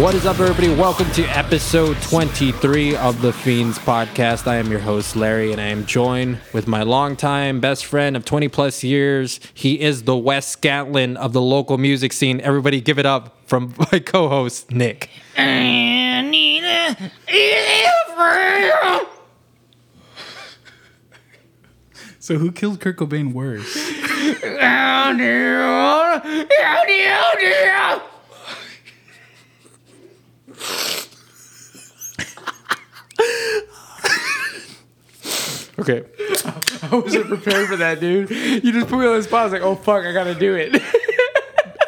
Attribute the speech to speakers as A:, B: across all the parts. A: What is up, everybody? Welcome to episode 23 of the Fiends podcast. I am your host, Larry, and I am joined with my longtime best friend of 20 plus years. He is the West Scantlin of the local music scene. Everybody, give it up from my co host, Nick.
B: So who killed Kurt Cobain worse?
A: Okay.
C: I wasn't prepared for that, dude. You just put me on the spot. I was like, oh fuck, I gotta do it.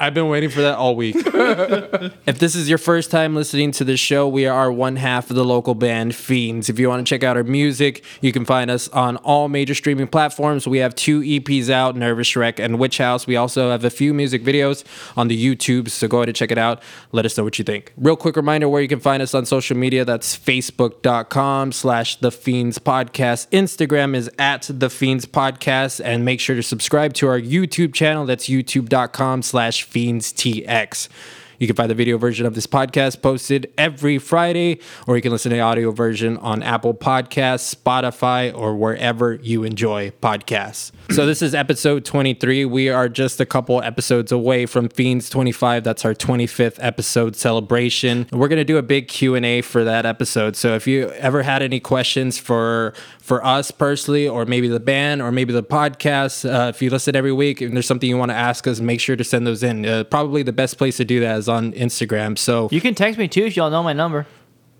A: I've been waiting for that all week. if this is your first time listening to this show, we are one half of the local band Fiends. If you want to check out our music, you can find us on all major streaming platforms. We have two EPs out, Nervous Shrek and Witch House. We also have a few music videos on the YouTube, so go ahead and check it out. Let us know what you think. Real quick reminder where you can find us on social media. That's facebook.com slash the Fiends Podcast. Instagram is at the Fiends Podcast. And make sure to subscribe to our YouTube channel. That's youtube.com slash Fiends TX. You can find the video version of this podcast posted every Friday, or you can listen to the audio version on Apple Podcasts, Spotify, or wherever you enjoy podcasts. so this is episode 23. We are just a couple episodes away from Fiends 25. That's our 25th episode celebration. And We're going to do a big Q&A for that episode. So if you ever had any questions for for us personally or maybe the band or maybe the podcast, uh, if you listen every week and there's something you want to ask us, make sure to send those in. Uh, probably the best place to do that is on Instagram. So
C: You can text me too if y'all know my number.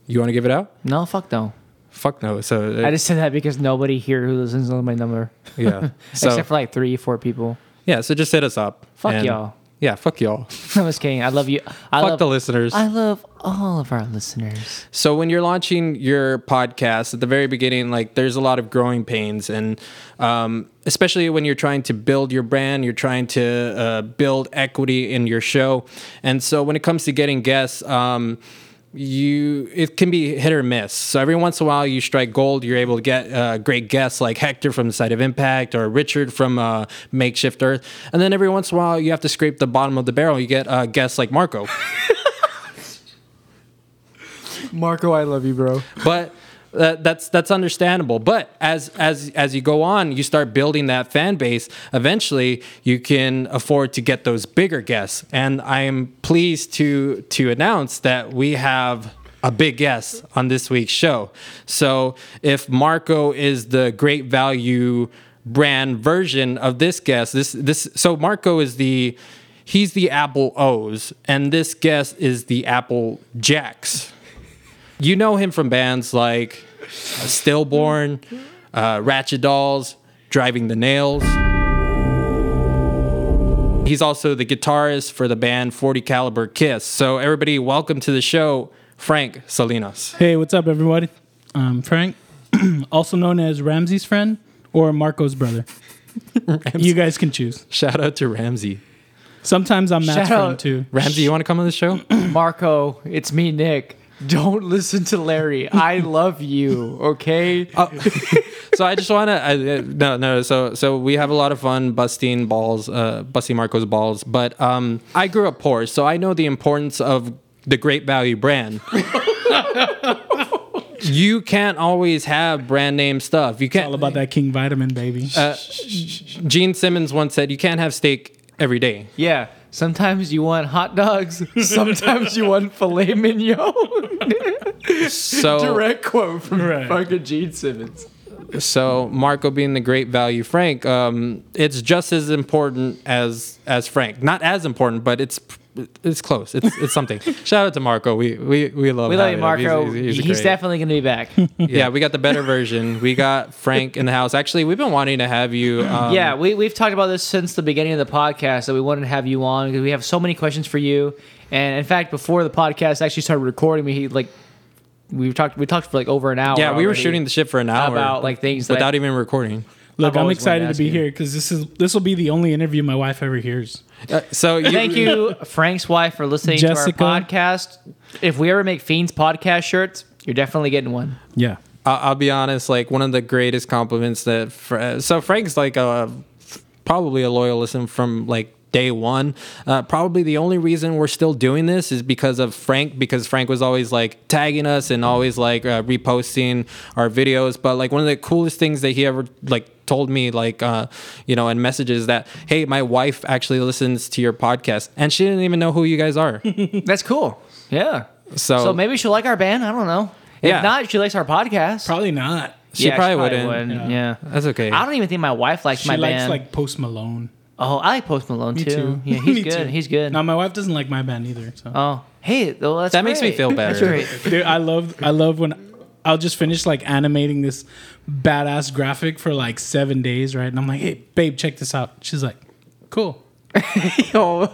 A: you want to give it out?
C: No, fuck no.
A: Fuck no. So uh,
C: I just said that because nobody here who listens knows my number.
A: yeah. So
C: Except for like three, four people.
A: yeah. So just hit us up.
C: Fuck y'all.
A: Yeah. Fuck y'all.
C: I'm just kidding. I love you. I
A: fuck
C: love
A: the listeners.
C: I love all of our listeners.
A: So when you're launching your podcast at the very beginning, like there's a lot of growing pains, and um, especially when you're trying to build your brand, you're trying to uh, build equity in your show, and so when it comes to getting guests. Um, you it can be hit or miss so every once in a while you strike gold you're able to get uh, great guests like hector from the side of impact or richard from uh, makeshift earth and then every once in a while you have to scrape the bottom of the barrel you get uh, guests like marco
C: Marco, I love you, bro.
A: but uh, that's that's understandable. But as as as you go on, you start building that fan base. Eventually, you can afford to get those bigger guests. And I am pleased to to announce that we have a big guest on this week's show. So if Marco is the great value brand version of this guest, this this so Marco is the he's the Apple O's, and this guest is the Apple Jacks. You know him from bands like Stillborn, uh, Ratchet Dolls, Driving the Nails. He's also the guitarist for the band 40 Caliber Kiss. So, everybody, welcome to the show, Frank Salinas.
B: Hey, what's up, everybody? I'm Frank, also known as Ramsey's friend or Marco's brother. you guys can choose.
A: Shout out to Ramsey.
B: Sometimes I'm Matt's
C: Shout
B: friend
C: out.
B: too.
A: Ramsey, you want to come on the show?
C: Marco, it's me, Nick. Don't listen to Larry. I love you, okay?
A: Uh, so I just want to I, uh, no no so so we have a lot of fun busting balls uh busting Marco's balls but um I grew up poor so I know the importance of the great value brand you can't always have brand name stuff you
B: All
A: can't
B: about that King Vitamin, baby.
C: Uh,
A: Gene Simmons once said you can't have steak every day
C: yeah. Sometimes you want hot dogs. Sometimes you want filet mignon.
A: so
C: Direct quote from
B: Right.
C: fucking Gene Simmons.
A: so Marco being the great value Frank, um, it's just as important as as Frank. Not as important, but it's it's close. It's it's something. Shout out to Marco. We we we love
C: We love you,
A: having him.
C: Marco.
A: He's,
C: He's,
A: he's, he's, great. Um,
C: definitely going to be back.
A: yeah. We got the better version. We got Frank in the house. Actually, we've been wanting to have you. Um,
C: yeah, we, we've talked about this since the beginning of the podcast that we wanted to have you on because we have so many questions for you. And in fact, before the podcast actually started recording, we like we talked we talked for like over an hour.
A: Yeah, we were
C: already
A: shooting the shit for an hour
C: about like things that
A: without even recording.
B: Look, I'm
C: always wanted to
B: excited to
C: ask
B: be
C: you.
B: here because this is this will be the only interview my wife ever hears.
A: Uh, so you,
C: Thank you, Frank's wife, for listening
B: Jessica.
C: to our podcast. If we ever make Fiends podcast shirts, you're definitely getting one.
B: Yeah.
A: I- I'll be honest. Like one of the greatest compliments that Fra- so Frank's like a probably a loyal listener from like day one. Uh, probably the only reason we're still doing this is because of Frank, because Frank was always like tagging us and always like uh, reposting our videos. But like one of the coolest things that he ever like told me like uh, you know in messages that hey my wife actually listens to your podcast and she didn't even know who you guys are
C: That's cool. Yeah.
A: So-
C: so maybe she'll like our band. I don't know. If
A: Yeah.
C: not, she likes our podcast.
B: Probably not.
A: she probably wouldn't.
C: Yeah.
A: that's okay
C: I don't even think my wife likes
B: She
C: my
B: likes
C: band.
B: like Post Malone.
C: oh, I like Post Malone
B: Me
C: too.
B: too.
C: Yeah, he's
B: Me
C: good.
B: too.
C: He's good.
B: Now my wife doesn't like my band either. So.
C: oh, hey, well, that's
A: That makes me
C: great.
A: feel
C: That's
A: better.
C: great.
B: Dude, I love I love when I'll just finish like animating this badass graphic for like seven days, right? And I'm like, hey, babe, check this out. She's like, cool.
C: Yo.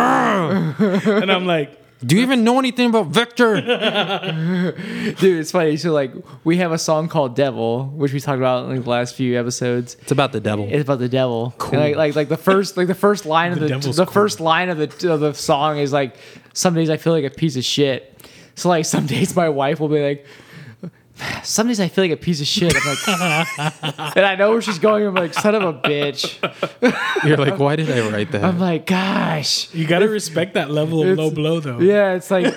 B: And I'm like,
A: do you even know anything about Victor
C: Dude, it's funny. So like, we have a song called "Devil," which we talked about in like, the last few episodes.
A: it's about the devil
C: It's about the devil. Cool. like, like like the first like the first line of
B: The
C: the the,
B: devil's cool.
C: first line of the of the song is like, some days I feel like a piece of shit. So like some days my wife will be like, some days I feel like a piece of shit. I'm like, and I know where she's going. I'm like, son of a bitch.
A: you're like why did I write that
C: I'm like, gosh.
B: you gotta respect that level of
C: It's-
B: low blow though.
C: Yeah, it's like,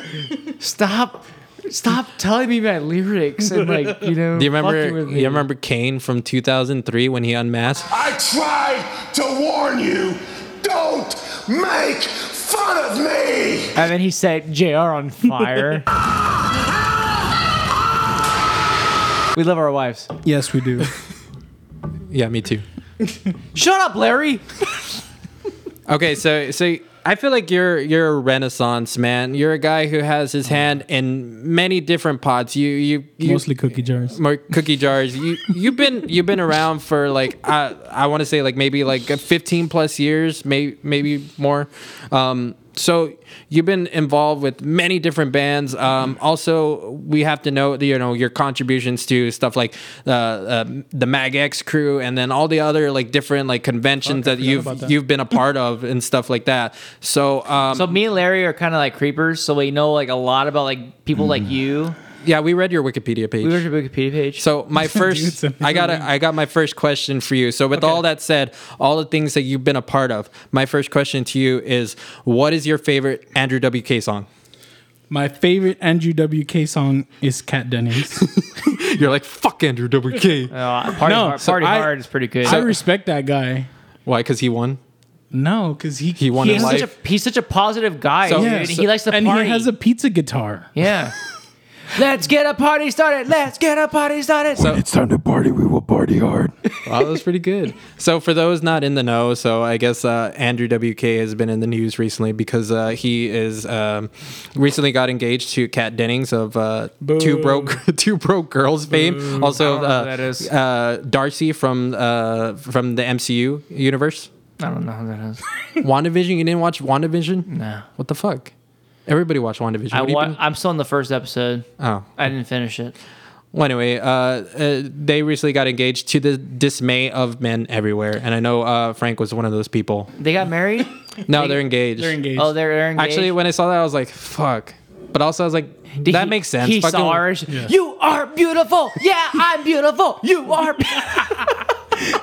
C: stop, stop telling me my lyrics and like you know.
A: do you
C: fucking
A: remember
C: with
A: you
C: me.
A: remember Kane from 2003 when he unmasked
D: I tried to warn you. Don't make fun of me.
C: And then he set JR on fire. we love our wives.
B: Yes, we do.
A: yeah me too
C: Shut up, Larry.
A: Okay, so so I feel like you're you're a renaissance man. You're a guy who has his hand in many different pots. You you, you
B: Mostly cookie jars.
A: more cookie jars. You you've been you've been around for like I I want to say like maybe like 15 plus years, maybe maybe more. Um, so you've been involved with many different bands. Um, also, we have to know you know your contributions to stuff like uh, uh, the Mag X crew, and then all the other like different like conventions that
B: forgot
A: you've
B: about that.
A: you've been a part of and stuff like that. So um,
C: So me and Larry are kind of like creepers, so we know like a lot about like people like you.
A: yeah, we read your Wikipedia page.
C: We were to your Wikipedia page.
A: Mm. So my
B: Dude,
A: first,
B: send me
A: I
B: the
A: got a, I got my first question for you. So with all that said, all the things that you've been a part of, my first question to you is, what is your favorite Andrew WK song?
B: My favorite Andrew WK song is Cat Dennings.
A: You're like fuck Andrew WK.
C: Uh, party
B: No,
C: hard,
B: so
C: party
B: I-
C: hard is pretty good.
B: I respect that guy.
A: Why? Because he won.
B: No, because he
A: He won
C: he's,
A: in
C: such
A: life.
C: a, he's such a positive guy,
A: So-
C: dude.
A: Yeah,
C: he likes to
B: and
C: party.
B: he has a pizza guitar.
C: yeah. Let's get a party started. Let's get a party started.
A: So-
E: It's time to party. We will party hard.
A: Wow, Oh, that was pretty good. So for those not in the know, so I guess uh, Andrew WK has been in the news recently because uh, he is um, recently got engaged to Kat Dennings of uh, Two
B: Boo.
A: Broke Two Broke Girls fame. Also,
C: I don't know
A: uh,
C: who Oh, that is.
A: Uh, Darcy from uh, from the MCU universe.
C: I don't know who that is.
A: WandaVision. You didn't watch WandaVision?
C: No.
A: What the fuck? Everybody watched WandaVision.
C: I
A: What do you
C: wa-
A: think?
C: I'm still in the first episode.
A: oh.
C: I didn't finish it.
A: Well, anyway, uh, uh, they recently got engaged to the dismay of men everywhere, and I know uh, Frank was one of those people.
C: They got married.
A: No, they're engaged.
B: They're engaged.
C: oh, they're, they're engaged.
A: Actually, when I saw that, I was like, "Fuck!" But also, I was like,
C: Did
A: "That
C: he-
A: makes sense."
C: He
A: Fucking-
C: saw her. She- You are beautiful. Yeah, I'm beautiful. You are. be-"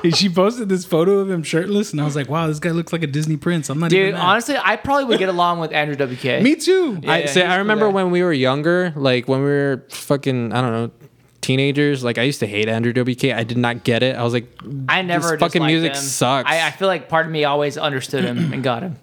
B: And she posted this photo of him shirtless, and I was like, "Wow, this guy looks like a Disney prince." I'm not
C: Dude,
B: even mad.
C: honestly, I probably would get along with Andrew WK.
B: Me too.
A: I
C: Yeah,
A: say,
C: he's
A: I
C: cool
A: remember
C: guy.
A: when we were younger, like when we were fucking, I don't know, teenagers. Like I used to hate Andrew WK. I did not get it. I was like,
C: I never
A: This fucking
C: disliked
A: music
C: him.
A: sucks. Uh,
C: I, I feel like part of me always understood him and got him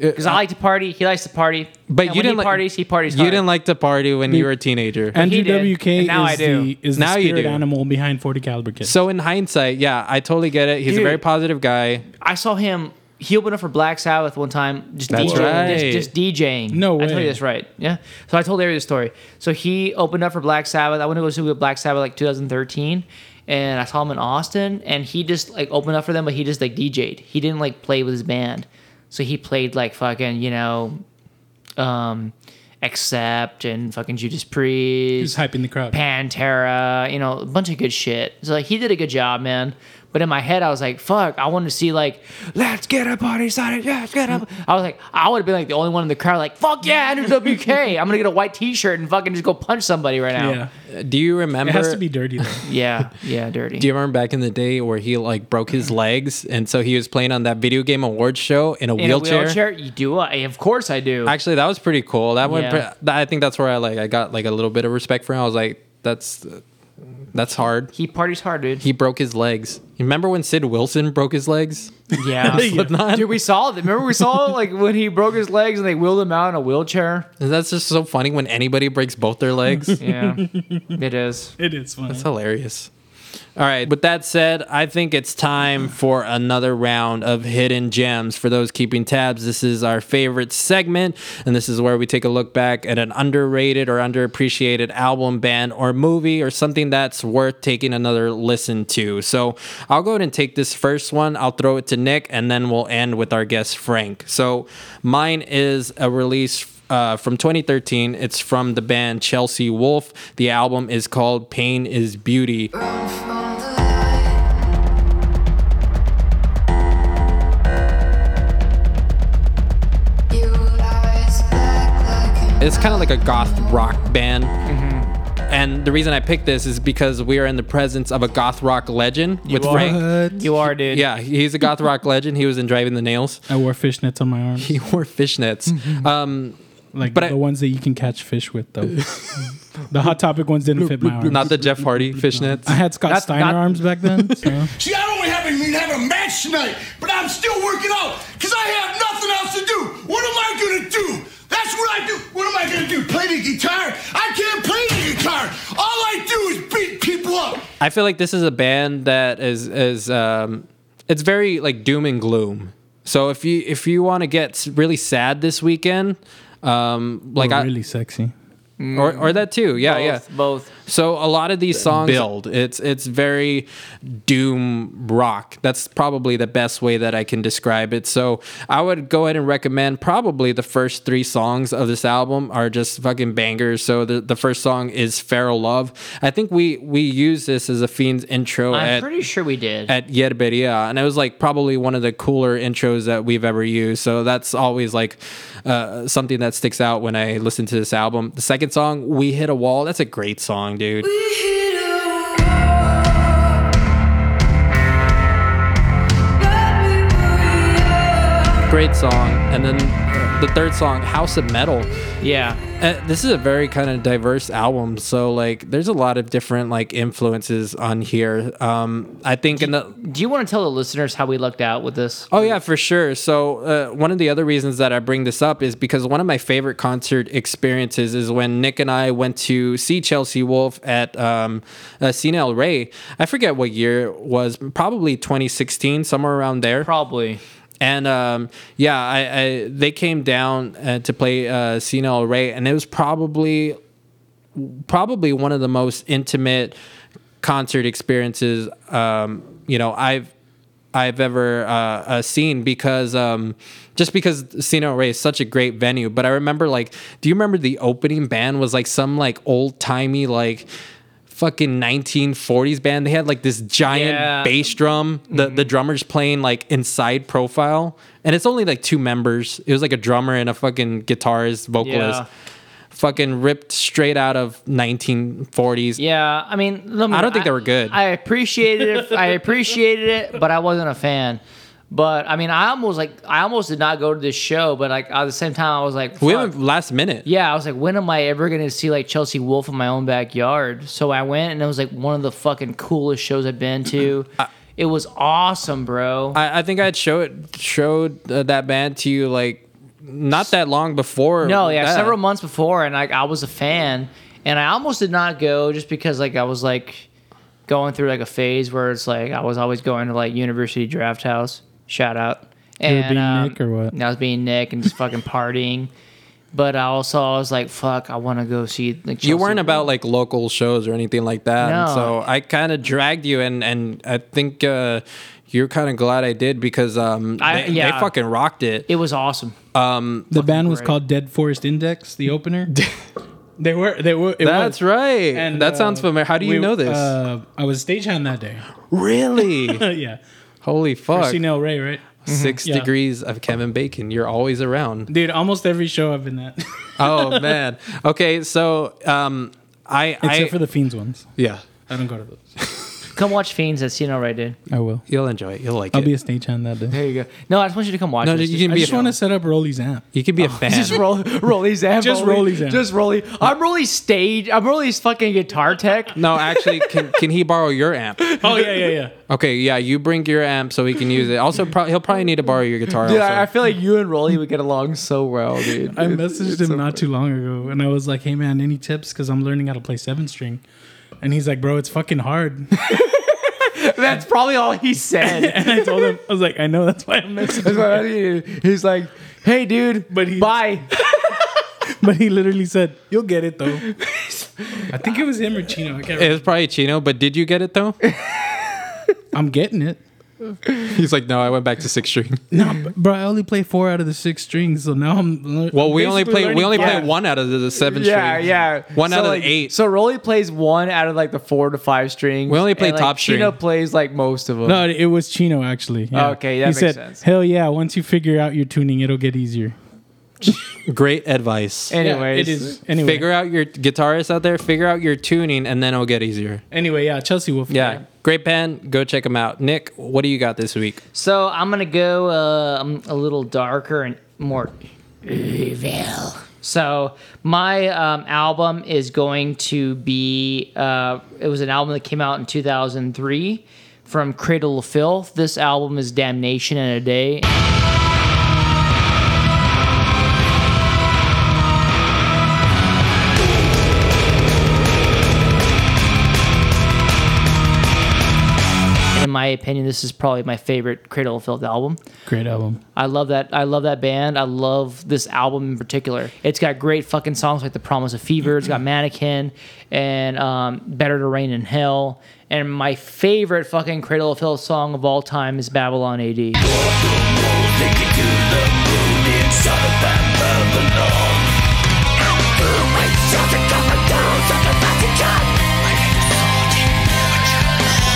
C: because I like to party. He likes to party.
A: but
C: And
A: you
C: when
A: didn't
C: he
A: like
C: parties. He parties.
A: You
C: hard.
A: didn't like to party when you were a teenager.
B: Andrew
C: he did,
B: WK
C: and now
B: is,
C: I do.
B: The, is
A: Now
B: the
A: you
B: spirit
A: do.
B: animal behind 40 caliber kids.
A: so in hindsight, yeah, I totally get it. He's
C: Dude.
A: a very positive guy.
C: I saw him. He opened up for Black Sabbath one time, just
A: That's
C: DJing,
A: right.
C: just, just DJing.
B: No
C: I told
B: way.
C: you this right. Yeah. So I told Larry the story. So he opened up for Black Sabbath. I went to go see him with Black Sabbath like 2013, and I saw him in Austin, and he just like opened up for them, but he just like DJed. He didn't like play with his band, so he played like fucking you know, um, Accept and fucking Judas Priest.
B: He's hyping the crowd.
C: Pantera, you know, a bunch of good shit. So like, he did a good job, man. But in my head, I was like, fuck, I wanted to see like, let's get a party started. Yeah, let's get a. I was like, I would have been like the only one in the crowd, like, fuck yeah, Andrew WK. I'm gonna get a white T-shirt and fucking just go punch somebody right now.
B: Yeah.
A: Do you remember?
B: It has to be dirty though.
C: yeah, yeah, dirty.
A: Do you remember back in the day where he like broke his legs, and so he was playing on that video game awards show in a,
C: in
A: wheelchair?
C: a wheelchair? You do? I, of course I do.
A: Actually, that was pretty cool. That one,
C: Yeah.
A: that- I think that's where I like I got like a little bit of respect for him. I was like, that's that's hard.
C: he parties hard, dude.
A: He broke his legs. You remember when Sid Wilson broke his legs?
C: yeah.
A: Slipknot?
C: Dude, we saw it. Remember we saw like when he broke his legs and they wheeled him out in a wheelchair?
A: That's just so funny when anybody breaks both their legs. it's
C: Yeah. it is.
B: It is funny.
A: hilarious. All right. With that said, I think it's time for another round of hidden gems. For those keeping tabs, this is our favorite segment, and this is where we take a look back at an underrated or underappreciated album, band, or movie, or something that's worth taking another listen to. So I'll go ahead and take this first one. I'll throw it to Nick, and then we'll end with our guest Frank. So mine is a release uh, from 2013. It's from the band Chelsea Wolf. The album is called Pain is Beauty. It's kind of like a goth rock band.
B: Mm-hmm.
A: And the reason I picked this is because we are in the presence of a goth rock legend with Frank.
C: You are, dude.
A: Yeah, he's a goth rock legend. He was in Driving the Nails.
B: I wore fishnets on my arm,
A: He wore fishnets.
B: Mm-hmm.
A: Um,
B: like
A: but I-
B: the ones that you can catch fish with, though. the hot topic ones didn't fit my arms.
A: not the Jeff Hardy fishnets.
B: I had Scott
C: Not-
B: Steiner
C: not-
B: arms back then. So.
D: See, I don't have even have a match tonight, but I'm still working out because I have nothing else to do. What am I gonna do? That's what I do. What am I gonna do? Play the guitar? I can't play the guitar. All I do is beat people up.
A: I feel like this is a band that is is um, it's very like doom and gloom. So if you if you want to get s- really sad this weekend, um, like
B: Were
A: I,
B: really sexy.
A: or or that too, yeah, yeah.
C: Both, both.
A: So a lot of these songs build. It's it's very doom rock. That's probably the best way that I can describe it. So I would go ahead and recommend probably the first three songs of this album are just fucking bangers. So the, the first song is Feral Love. I think we we use this as a fiend's intro
C: I'm
A: at
C: pretty sure we did.
A: at Yerberia, and it was like probably one of the cooler intros that we've ever used. So that's always like uh, something that sticks out when I listen to this album. The second song, "We Hit a Wall," that's a great song, dude. Great song. And then the third song, "House of Metal."
C: yeah.
A: Uh, this is a very kind of diverse album, so like there's a lot of different like influences on here. Um, I think in the
C: Do you want to tell the listeners how we lucked out with this?
A: Oh yeah, for sure. So uh, one of the other reasons that I bring this up is because one of my favorite concert experiences is when Nick and I went to see Chelsea Wolf at um, uh, Cine El Rey. I forget what year it was, probably 2016, somewhere around there.
C: Probably.
A: And um, yeah, I, I they came down uh, to play uh, Cine El Rey, and it was probably probably one of the most intimate concert experiences um, you know I've I've ever uh, uh, seen because um, just because Sino Ray is such a great venue. But I remember like, do you remember the opening band was like some like old timey like fucking 1940s band they had like this giant
C: Yeah.
A: bass drum the
C: Mm-hmm.
A: the drummer's playing like inside profile and it's only like two members it was like a drummer and a fucking guitarist vocalist
C: Yeah.
A: fucking ripped straight out of 1940s.
C: Yeah, I mean, let me-
A: I don't think they were good.
C: I appreciated it. I appreciated it, but I wasn't a fan. But I mean, I almost like I almost did not go to this show, but like at the same time, I was like,
A: we
C: fuck.
A: went last minute.
C: yeah, I was like, when am I ever gonna see like Chelsea Wolf in my own backyard? So I went, and it was like one of the fucking coolest shows I've been to. it was awesome, bro.
A: I, I think I had showed showed uh, that band to you like not that long before.
C: No, yeah,
A: that.
C: several months before, and like I was a fan, and I almost did not go just because like I was like going through like a phase where it's like I was always going to like University Draft House. Shout out.
B: were
C: And
B: being
C: um,
B: Nick or what?
C: and I was being Nick and just fucking partying. But I also I was like, fuck, I want to go see. Like,
A: You weren't
C: Chelsea.
A: about like local shows or anything like that. and
C: No.
A: So I kind of dragged you, and and I think uh, you're kind of glad I did because um
C: I-
A: they, they
C: yeah.
A: fucking rocked it.
C: It was awesome.
B: The band was
C: great.
B: called Dead Forest Index. The opener. They were. They were. It
A: That's
B: was.
A: right. that
B: uh,
A: sounds familiar. How do you
B: we-
A: know this?
B: Uh, I was stagehand that day.
A: really?
B: yeah.
A: Holy fuck.
B: Seen El Rey, right?
A: Six
B: yeah.
A: degrees of Kevin Bacon. You're always around.
B: Dude, almost every show I've been at, except
A: oh man. Okay, so um, I I
B: for the Fiends ones.
A: yeah,
B: I don't go to those.
C: Come watch Fiends at Cino Right, dude.
B: I will.
A: you'll enjoy it. You'll like
B: I'll
A: it.
B: be a stagehand that day.
C: There you go. No, I just want you to come watch.
A: no,
C: this.
A: you can
B: I
A: be.
B: just
A: a,
B: want to set up Rolly's amp.
A: you can be a fan.
C: Just roll, Rolly's amp.
B: Just
C: only.
B: Rolly's amp.
C: Just Rolly. I'm Rolly's stage. I'm Rolly's fucking guitar tech.
A: no, actually, can, can he borrow your amp?
B: Oh yeah, yeah, yeah.
A: Okay, yeah, you bring your amp so he can use it. Also, pro- he'll probably need to borrow your guitar.
C: Dude,
A: also.
C: I, I feel like you and Rolly would get along so well, dude.
B: I messaged him not too long ago, and I was like, "Hey man, any tips? Because I'm learning how to play seven string." And he's like, "Bro, it's fucking hard."
C: That's probably all he said.
B: and I told him, I was like, "I know that's why I'm
C: That's
B: messaging."
C: what I mean. He's like, "Hey, dude,
B: But he-
C: bye."
B: But he literally said, "You'll get it though." I think it was him or Chino. I can't
A: it
B: remember.
A: was probably Chino, but did you get it though?
B: I'm getting it.
A: He's like, no, I went back to six string.
B: No, b- bro, I only play four out of the six strings, so now I'm. lear-
A: Well, we only
B: basically
A: play we
B: learning
A: only play
B: five.
A: one out of the, the seven
C: Yeah,
A: string.
C: yeah.
A: One
C: So,
A: out of
C: like-
A: the eight.
C: So Rolly plays one out of like the four to five strings.
A: We only play
C: and, like,
A: top string.
C: Chino plays like most of them.
B: No, it was Chino actually. yeah.
C: Okay, that
B: he
C: makes
B: said,
C: sense.
B: Hell yeah! Once you figure out your tuning, it'll get easier.
A: Great advice.
C: Anyways,
B: yeah, it is. Anyway,
A: Figure out your guitarists out there. Figure out your tuning, and then it'll get easier.
B: anyway, yeah, Chelsea Wolf.
A: Yeah, great band. Go check them out. Nick, what do you got this week?
C: So I'm gonna go um, a little darker and more evil. So my um, album is going to be. Uh, it was an album that came out in 2003 from Cradle of Filth. This album is Damnation in a Day. In my opinion, this is probably my favorite Cradle of Filth album.
B: great album.
C: I love that. I love that band. I love this album in particular. It's got great fucking songs like "The Promise of Fever." It's got "Mannequin" and um, "Better to Rain in Hell." And my favorite fucking Cradle of Filth song of all time is "Babylon AD."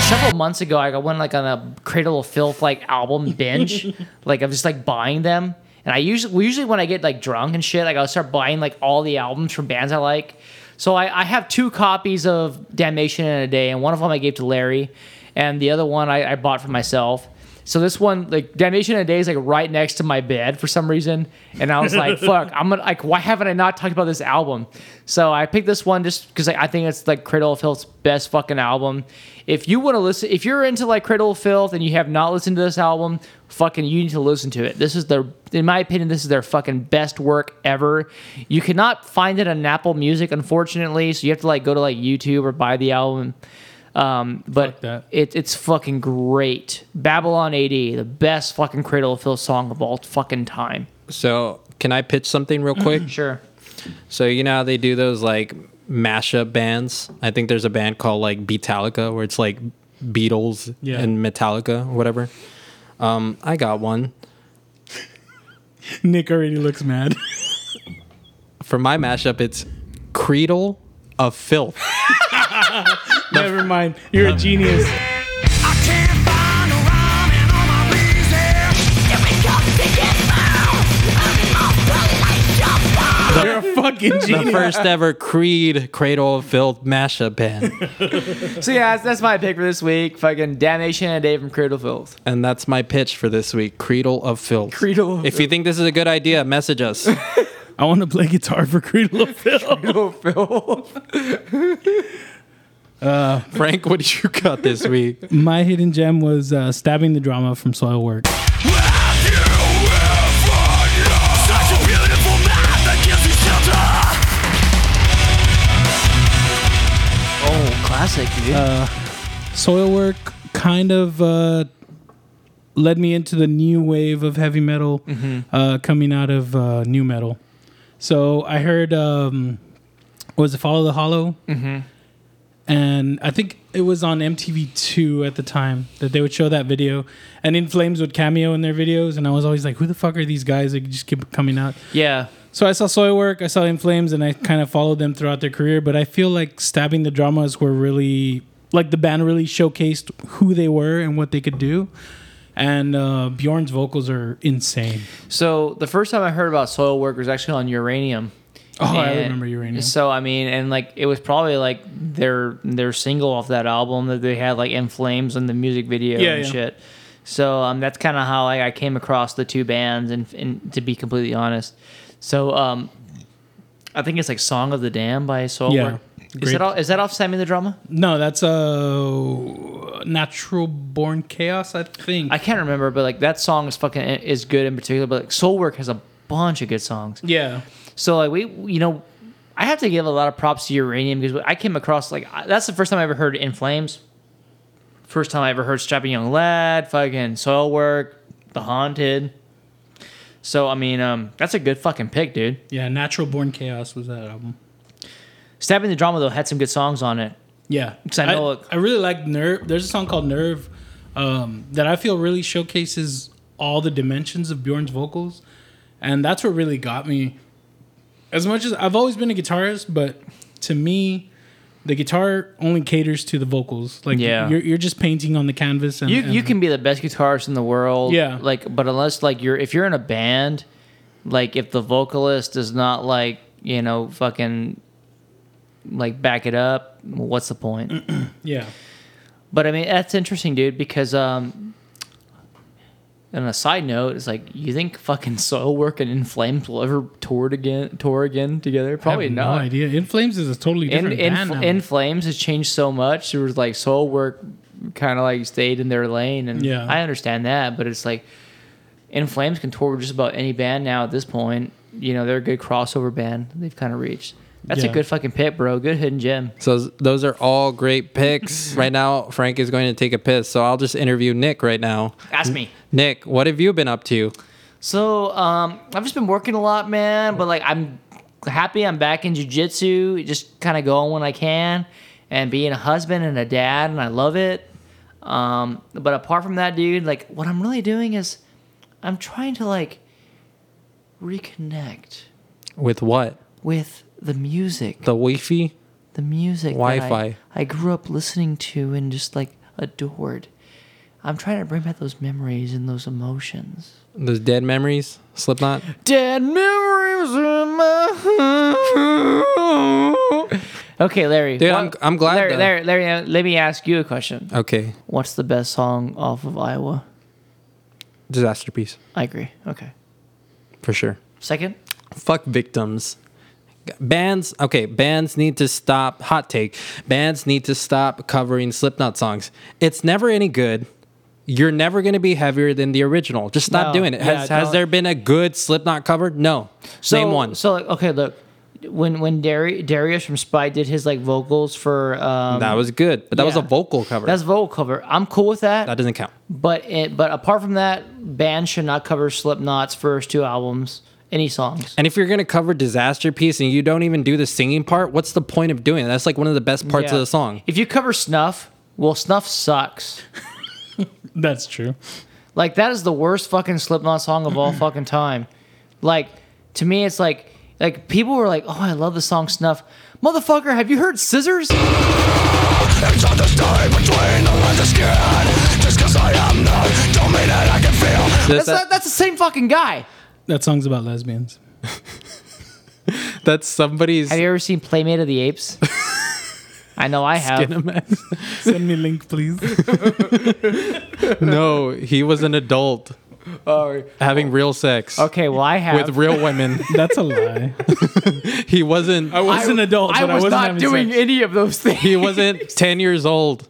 C: several months ago, I went like on a Cradle of Filth like album binge, like I'm just like buying them. And I usually, well, usually when I get like drunk and shit, like I'll start buying like all the albums from bands I like. So I, I have two copies of Damnation in a Day, and one of them I gave to Larry, and the other one I, I bought for myself. So this one, like Damnation in a Day, is like right next to my bed for some reason, and I was like, "Fuck, I'm gonna like, why haven't I not talked about this album?" So I picked this one just because like, I think it's like Cradle of Filth's best fucking album. If you want to listen, if you're into like Cradle of Filth and you have not listened to this album, fucking you need to listen to it. This is their, in my opinion, this is their fucking best work ever. You cannot find it on Apple Music, unfortunately, so you have to like go to like YouTube or buy the album. Um, but
B: Fuck that.
C: it, it's fucking great. Babylon AD, the best fucking Cradle of Filth song of all fucking time.
A: So, can I pitch something real quick?
B: Mm-hmm.
C: Sure.
A: So you know how they do those like mashup bands? I think there's a band called like Beatalica where it's like Beatles
B: Yeah.
A: and Metallica or whatever. Um, I got one
B: Nick already looks mad.
A: for my mashup. It's Creedle of Filth.
B: Never mind. You're a genius.
F: I can't find a rhyme in all my reasons. Give me something to do. I'm off the light of fire.
B: You're a fucking
A: The
B: genius.
A: first ever Creed Cradle of Filth mashup band,
C: So yeah, that's, that's my pick for this week. Fucking Damnation and a Day from Cradle of Filth.
A: and that's my pitch for this week. Creedle of Filth.
C: Creedle of
A: If you think this is a good idea, message us.
B: I want to play guitar for Creedle Phil.
C: Cradle of Filth.
A: Frank, what do you got this week?
B: My hidden gem was uh, stabbing the drama from Soil Work.
F: Have you ever loved such a beautiful mind that gives me shelter?
C: Oh, classic, dude.
B: Soil Work kind of uh, led me into the new wave of heavy metal uh, coming out of uh, new metal. So I heard um, was it Follow the Hollow? Mm-hmm. and I think it was on MTV2 at the time that they would show that video, and In Flames would cameo in their videos, and I was always like, who the fuck are these guys that just keep coming out?
C: Yeah.
B: So I saw Soil Work, I saw In Flames, and I kind of followed them throughout their career. But I feel like Stabbing the Dramas were really like the band really showcased who they were and what they could do. And uh, Bjorn's vocals are insane.
C: So the first time I heard about soil work was actually on Uranium.
B: Oh, I
C: And
B: remember Uranium.
C: So I mean, and like it was probably like their their single off that album that they had like "In Flames" in the music video
B: Yeah,
C: and
B: yeah.
C: shit. So um, that's kind of how like, I came across the two bands, and, and to be completely honest, so um, I think it's like "Song of the Dam" by Soilwork.
B: Yeah.
C: Is
B: Great.
C: that all, is that off Sammy the Drama?
B: No, that's uh, Natural Born Chaos, I think.
C: I can't remember, but like that song is fucking is good in particular. But like Soilwork has a bunch of good songs.
B: yeah.
C: So like we, you know, I have to give a lot of props to Uranium because I came across like I- that's the first time I ever heard In Flames. First time I ever heard Strapping Young Lad, fucking Soil Work, The Haunted. So I mean, um, that's a good fucking pick, dude.
B: Yeah, Natural Born Chaos was that album.
C: Stabbing the Drama though had some good songs on it.
B: Yeah,
C: 'Cause I know it-
B: I, really like Nerve. There's a song called Nerve um, that I feel really showcases all the dimensions of Bjorn's vocals, and that's what really got me. As much as I've always been a guitarist, but to me, the guitar only caters to the vocals. Like,
C: Yeah.
B: you're, you're just painting on the canvas. And,
C: You
B: and-
C: you can be the best guitarist in the world.
B: Yeah.
C: Like, but unless like you're if you're in a band, like if the vocalist does not like you know fucking like back it up, what's the point?
B: yeah,
C: But I mean, that's interesting, dude, because um on a side note, it's like you think fucking Soil Work and In Flames will ever toured again tour again together?
B: I
C: Probably
B: have
C: not.
B: No idea. In Flames is a totally
C: in
B: different band
C: in,
B: now.
C: in Flames has changed so much. There was like Soul Work kind of like stayed in their lane and
B: Yeah.
C: I understand that, but it's like In Flames can tour with just about any band now at this point. You know, they're a good crossover band they've kind of reached. That's
B: Yeah.
C: a good fucking pick, bro. Good hidden gem.
A: So those are all great picks. right now, Frank is going to take a piss, so I'll just interview Nick right now.
C: Ask me.
A: Nick, what have you been up to?
C: So um, I've just been working a lot, man. But like I'm happy I'm back in jujitsu, just kind of going when I can, and being a husband and a dad, and I love it. Um, but apart from that, dude, like what I'm really doing is I'm trying to like reconnect
A: With what?
C: with the music,
A: The Wi-Fi?
C: the music that
A: Wi-Fi.
C: I, I grew up listening to and just like adored. I'm trying to bring back those memories and those emotions.
A: Those dead memories? Slipknot?
C: Dead memories in my Okay, Larry.
A: Dude, I'm- I'm glad,
C: Larry,
A: though.
C: Larry, Larry, uh, let me ask you a question.
A: Okay.
C: What's the best song off of Iowa?
A: Disaster piece.
C: I agree. Okay.
A: For sure.
C: Second?
A: Fuck victims. Bands, okay, bands need to stop. Hot take. Bands need to stop covering Slipknot songs. It's never any good. You're never going to be heavier than the original. Just stop
C: No,
A: doing it. Has,
C: yeah,
A: has
C: don't-
A: there been a good Slipknot cover? No. Same one.
C: So, like, okay, look. When when Dari- Darius from Spy did his like vocals for um,
A: that was good, but that was a
C: yeah.
A: vocal cover.
C: that's vocal cover, I'm cool with that.
A: that doesn't count.
C: but it, but apart from that, band should not cover Slipknot's first two albums, any songs.
A: And if you're gonna cover disaster piece and you don't even do the singing part, what's the point of doing it? That's like one of the best parts
C: Yeah.
A: of the song.
C: If you cover Snuff, well, Snuff sucks.
B: that's true.
C: Like that is the worst fucking Slipknot song of all fucking time. Like to me, it's like like people were like, "Oh, I love the song Snuff." Motherfucker, have you heard Scissors?
F: It's hard to stay between the lines of skin. Just 'cause I am not, don't mean that I can feel.
A: That's,
C: That's not, that's the same fucking guy.
B: That song's about lesbians.
A: that's somebody's
C: Have you ever seen Playmate of the Apes? I know I have.
B: Send me a link, please.
A: No, he was an adult having real sex
C: Okay, well I have.
A: with real women.
B: That's a lie.
A: he wasn't
B: I was an adult.
C: I
B: but
C: was
B: wasn't
C: not
B: having
C: doing
B: sex.
C: any of those things.
A: he wasn't 10 years old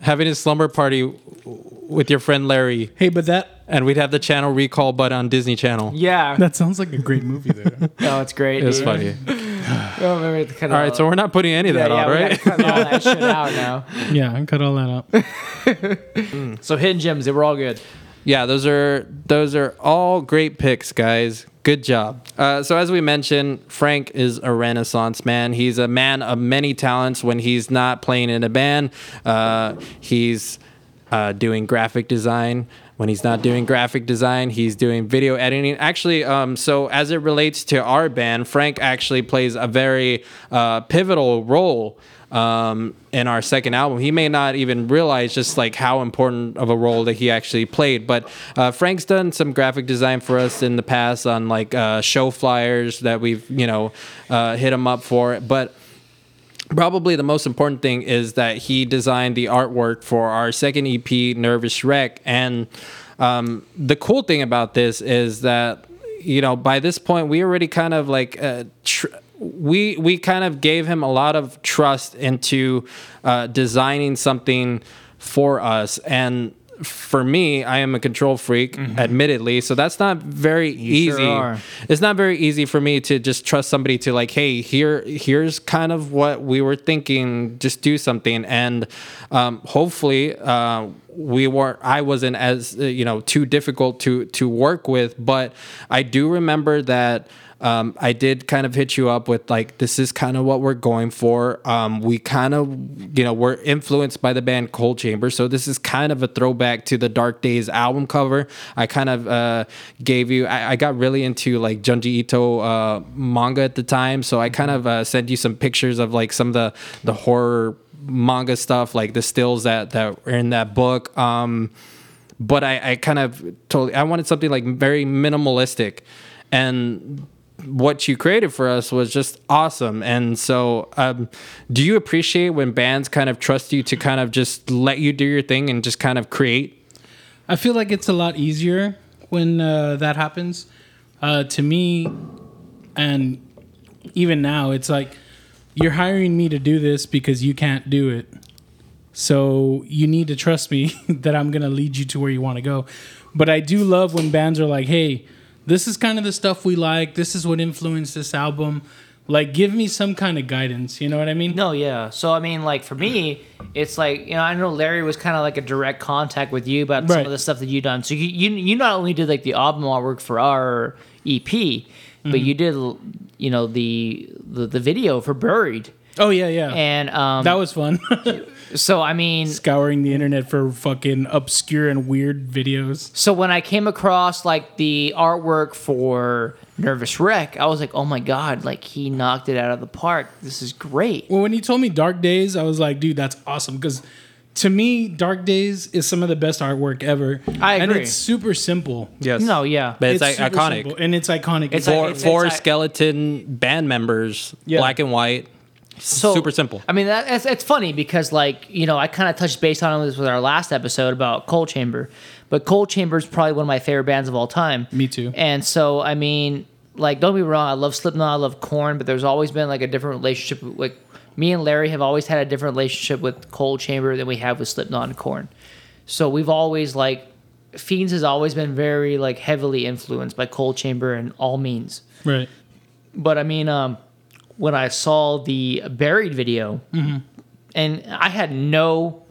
A: having his slumber party w- with your friend Larry
B: Hey, but that
A: and we'd have the channel recall but on Disney Channel.
C: yeah.
B: That sounds like a great movie there.
C: no, it's great.
A: It was
C: dude.
A: funny.
C: I don't remember the kind of-
A: All right, so we're not putting any of that
C: yeah,
A: on,
C: we
A: right?
C: gotta cut all that shit out now.
B: yeah, I cut all that out.
C: So hidden gems, they were all good.
A: yeah, those are those are all great picks, guys. Good job. Uh, so, as we mentioned, Frank is a renaissance man. He's a man of many talents when he's not playing in a band. Uh, he's uh, doing graphic design. When he's not doing graphic design, he's doing video editing. Actually, um, so as it relates to our band, Frank actually plays a very uh, pivotal role um, in our second album. He may not even realize just like how important of a role that he actually played. But uh, Frank's done some graphic design for us in the past on like uh, show flyers that we've you know uh, hit him up for. But probably the most important thing is that he designed the artwork for our second EP, Nervous Wreck. And um, the cool thing about this is that you know by this point we already kind of like uh, tr- we we kind of gave him a lot of trust into uh, designing something for us and. For me, I am a control freak, admittedly, so that's not very
C: Mm-hmm. You
A: easy
C: sure are.
A: it's not very easy for me to just trust somebody to like hey here here's kind of what we were thinking just do something and um, hopefully uh, we weren't i wasn't as uh, you know too difficult to to work with but i do remember that um, I did kind of hit you up with like this is kind of what we're going for. Um, we kind of you know we're influenced by the band Cold Chamber, so this is kind of a throwback to the Dark Days album cover. I kind of uh, gave you. I, I got really into like Junji Ito uh, manga at the time, so I kind of uh, sent you some pictures of like some of the the horror manga stuff, like the stills that that were in that book. Um, but I, I kind of totally I wanted something like very minimalistic, and what you created for us was just awesome. And so, um, do you appreciate when bands kind of trust you to kind of just let you do your thing and just kind of create?
B: I feel like it's a lot easier when uh, that happens. Uh, to me, and even now, it's like you're hiring me to do this because you can't do it. So you need to trust me that I'm going to lead you to where you want to go. But I do love when bands are like, hey, this is kind of the stuff we like. This is what influenced this album. Like, give me some kind of guidance. You know what I mean?
C: No, yeah. So I mean, like for me, it's like you know, I know Larry was kind of like a direct contact with you about some
B: Right.
C: of the stuff that you done. So you you, you not only did like the album artwork for our EP, but you did
B: Mm-hmm.
C: you know the the, the video for Buried,
B: Oh, yeah, yeah.
C: and um,
B: that was fun.
C: so I mean,
B: Scouring the internet for fucking obscure and weird videos.
C: So when I came across like the artwork for Nervous Wreck, I was like, "Oh my god! Like he knocked it out of the park. This is great."
B: Well, when he told me Dark Days, I was like, dude, that's awesome. Because to me, Dark Days is some of the best artwork ever.
C: I
B: And
C: agree.
B: it's super simple.
A: Yes.
C: No, yeah.
A: But it's, like
B: super
A: iconic.
B: simple, and it's iconic.
C: It's
B: Well,
A: Four,
C: it's-
A: four
C: it's-
A: skeleton band members,
B: Yeah.
A: black and white, super simple.
C: I mean, that, that's it's funny because like you know, I kind of touched base on this with our last episode about Cold Chamber, but Cold Chamber is probably one of my favorite bands of all time.
B: Me too.
C: And so I mean, like, don't be wrong. I love Slipknot. I love Corn, but there's always been like a different relationship. with- Like me and Larry have always had a different relationship with Cold Chamber than we have with Slipknot and Corn. So we've always like Fiends has always been very like heavily influenced by Cold Chamber in all means.
B: right.
C: But I mean, um, when I saw the buried video,
B: Mm-hmm.
C: and I had no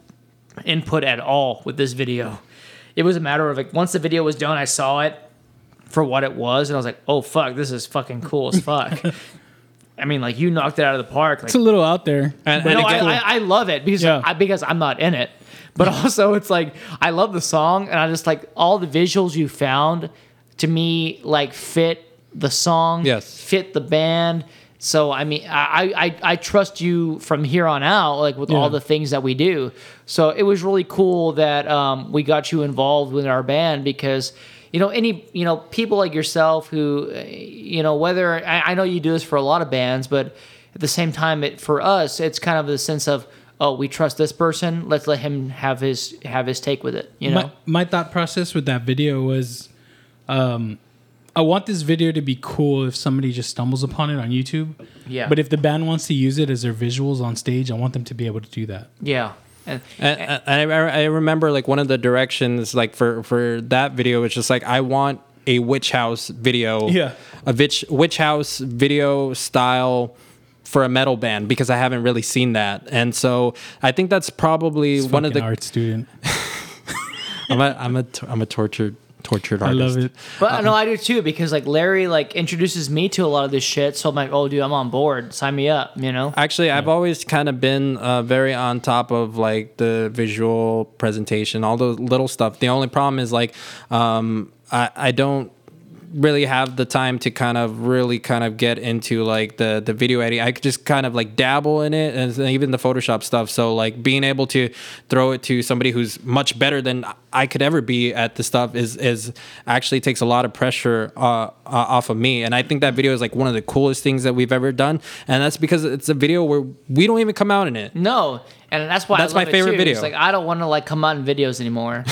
C: input at all with this video. It was a matter of like once the video was done, I saw it for what it was, and I was like, "Oh fuck, this is fucking cool as fuck." I mean, like you knocked it out of the park. Like,
B: It's a little out there.
A: And,
C: no,
A: and
C: I,
A: again,
C: I, I love it because
B: Yeah.
C: I, because I'm not in it, but also it's like I love the song and I just like all the visuals you found to me like fit the song,
A: Yes.
C: fit the band. So I mean, I I, I- I trust you from here on out, like with all
B: Yeah.
C: the things that we do. So it was really cool that um, we got you involved with our band because. You know, any you know people like yourself who, uh, you know, whether I, I know you do this for a lot of bands, but at the same time it, for us it's kind of the sense of oh we trust this person let's let him have his have his take with it you know
B: my, my thought process with that video was um, I want this video to be cool if somebody just stumbles upon it on YouTube.
C: Yeah.
B: But if the band wants to use it as their visuals on stage, I want them to be able to do that.
C: yeah and
A: and, and and I, I remember like one of the directions like for for that video was just like I want a witch house video,
B: Yeah.
A: a witch witch house video style for a metal band because I haven't really seen that, and so I think that's probably one of
B: Fucking
A: the
B: art student.
A: I'm a I'm a t- I'm a tortured tortured
B: I
A: artist.
B: love it.
C: But no, I do too because like Larry like introduces me to a lot of this shit, so I'm like, oh dude, I'm on board. Sign me up, you know.
A: Actually, I've always kind of been uh, very on top of like the visual presentation, all those little stuff. The only problem is like um, I, I don't really have the time to kind of really kind of get into like the the video editing. I could just kind of like dabble in it and then even the Photoshop stuff. So like being able to throw it to somebody who's much better than I could ever be at the stuff is is actually takes a lot of pressure uh, uh, off of me. And I think that video is like one of the coolest things that we've ever done. And that's because it's a video where we don't even come out in it.
C: No, and that's why I
A: That's my
C: love it,
A: favorite
C: too.
A: video.
C: It's like I don't want to like come out in videos anymore,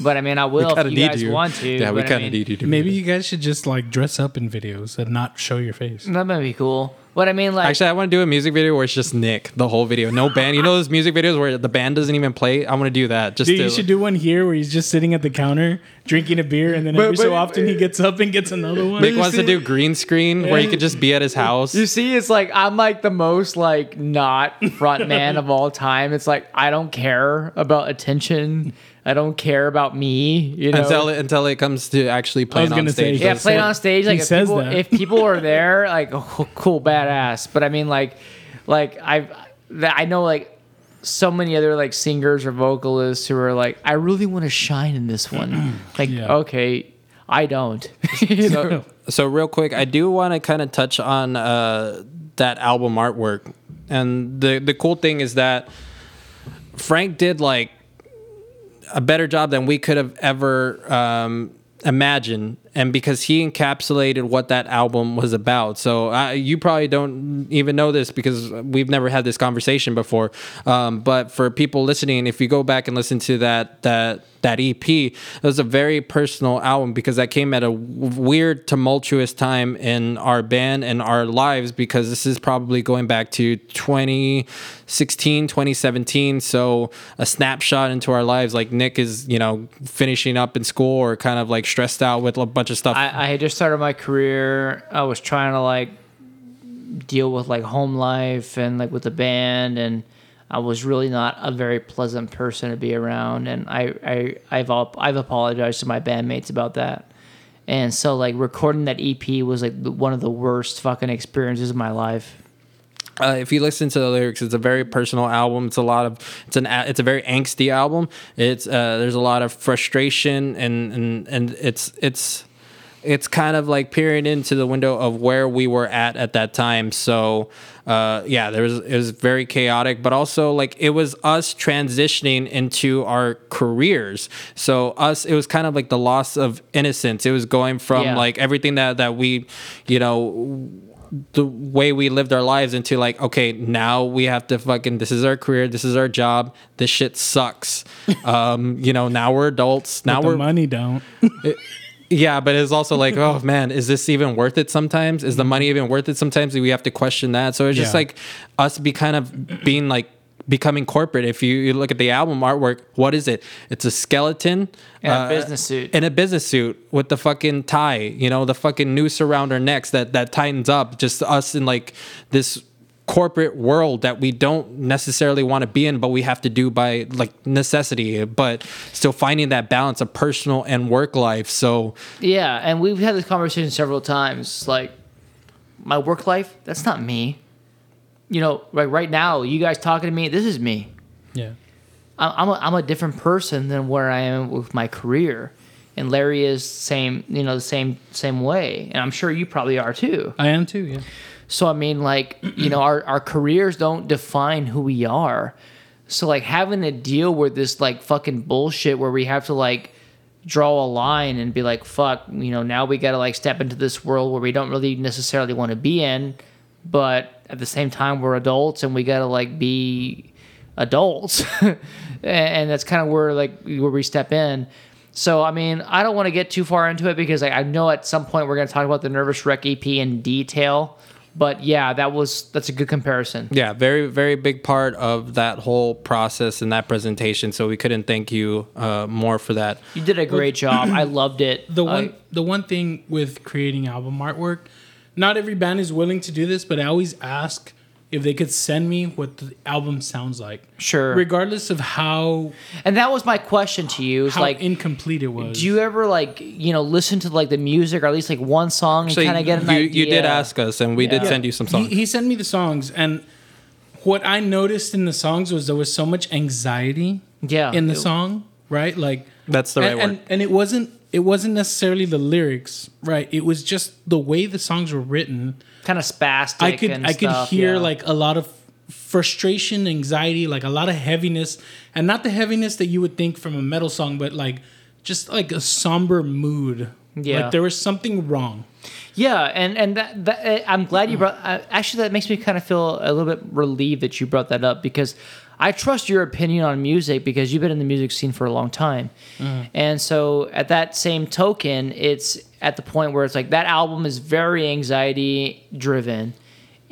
C: but I mean I will if
A: kinda
C: you guys want to.
A: Yeah, we
C: but, I
A: kind of
C: mean,
A: need you to.
B: Maybe you guys should just like dress up in videos and not show your face.
C: that might be cool. But I mean, like,
A: Actually, I want to do a music video where it's just Nick, the whole video, no band. You know those music videos where the band doesn't even play. I want to do that. Just
B: Dude, you
A: to,
B: should do one here where he's just sitting at the counter drinking a beer, and then every so often he gets up and gets another one.
A: Nick wants to do green screen where he could just be at his house.
C: you see, it's like I'm like the most like not front man of all time. It's like I don't care about attention. I don't care about me. You know,
A: Until it, until it comes to actually playing on
B: gonna say,
A: stage.
B: yeah,
C: Yeah,
B: That's
C: played
B: it.
C: on stage. Like
B: He
C: if
B: says
C: people,
B: that.
C: if people are there, like oh, cool, badass. But I mean, like, like I've, that I know like so many other like singers or vocalists who are like, I really want to shine in this one. like,
B: Yeah.
C: okay, I don't. You know?
A: so real quick, I do want to kind of touch on uh, that album artwork, and the the cool thing is that Frank did like a better job than we could have ever um, imagined, and because he encapsulated what that album was about. So I, you probably don't even know this because we've never had this conversation before. Um, but for people listening, if you go back and listen to that that that EP, it was a very personal album because that came at a w- weird, tumultuous time in our band and our lives because this is probably going back to 2016, 2017. So a snapshot into our lives, like Nick is, you know, finishing up in school or kind of like stressed out with a bunch of stuff.
C: I, I had just started my career. I was trying to like deal with like home life and like with the band and I was really not a very pleasant person to be around and I, I I've al- I've apologized to my bandmates about that. And so like recording that EP was like the- one of the worst fucking experiences of my life.
A: uh, if you listen to the lyrics, it's a very personal album. It's a lot of it's an a- it's a very angsty album. It's uh, there's a lot of frustration and and and it's it's it's kind of like peering into the window of where we were at at that time. So uh, yeah, there was it was very chaotic, but also like it was us transitioning into our careers. So us, it was kind of like the loss of innocence. It was going from
C: Yeah.
A: like everything that that we, you know, the way we lived our lives into like okay now we have to fucking this is our career this is our job this shit sucks um you know now we're adults now
B: But
A: we're
B: the money don't.
A: yeah but it's also like oh man is this even worth it sometimes is the money
C: Mm-hmm.
A: even worth it sometimes we have to question that so it's just
B: Yeah.
A: like us be kind of being like becoming corporate if you, you look at the album artwork what is it it's a skeleton
C: And a business suit.
A: in a business suit with the fucking tie, you know, the fucking noose around our necks that that tightens up. Just us in like this corporate world that we don't necessarily want to be in, but we have to do by like necessity. But still finding that balance of personal and work life. So
C: Yeah, and we've had this conversation several times. Like, my work life, that's not me. You know, like right now, you guys talking to me, this is me.
B: Yeah.
C: I'm I'm a, I'm a different person than where I am with my career, and Larry is same you know the same same way, and I'm sure you probably are too.
B: I am too, yeah.
C: So I mean, like you know, our our careers don't define who we are. So like having to deal with this like fucking bullshit where we have to like draw a line and be like, fuck, you know, now we got to like step into this world where we don't really necessarily want to be in, but at the same time we're adults and we got to like be adults, and, and that's kind of where like where we step in. So I mean, I don't want to get too far into it because like, I know at some point we're going to talk about the Nervous Wreck EP in detail. But yeah, that was that's a good comparison.
A: yeah, very very big part of that whole process and that presentation. So we couldn't thank you uh, more for that.
C: You did a great job. I loved it. Uh,
B: The
C: I-
B: one the one thing with creating album artwork, not every band is willing to do this, but I always ask if they could send me what the album sounds like.
C: Sure.
B: Regardless of how
C: And that was my question to you. Is
B: how
C: like,
B: incomplete it was.
C: do you ever like you know listen to like the music or at least like one song and
A: So
C: kind of get an
A: you,
C: idea?
A: you did ask us, and we did
C: Yeah.
A: send you some songs.
B: He, he sent me the songs, and what I noticed in the songs was there was so much anxiety.
C: Yeah.
B: In the
C: Ew.
B: song, right? Like
A: That's the
B: and,
A: right
B: and,
A: word.
B: And it wasn't. It wasn't necessarily the lyrics, right? It was just the way the songs were written.
C: kind of spastic.
B: I could
C: and
B: I could
C: stuff,
B: hear
C: yeah.
B: like a lot of frustration, anxiety, like a lot of heaviness, and not the heaviness that you would think from a metal song, but like just like a somber mood.
C: Yeah.
B: Like there was something wrong.
C: Yeah, and and that, that eh, I'm glad you brought. Uh, actually, that makes me kind of feel a little bit relieved that you brought that up because I trust your opinion on music because you've been in the music scene for a long time,
B: Mm.
C: and so at that same token, it's at the point where it's like that album is very anxiety driven.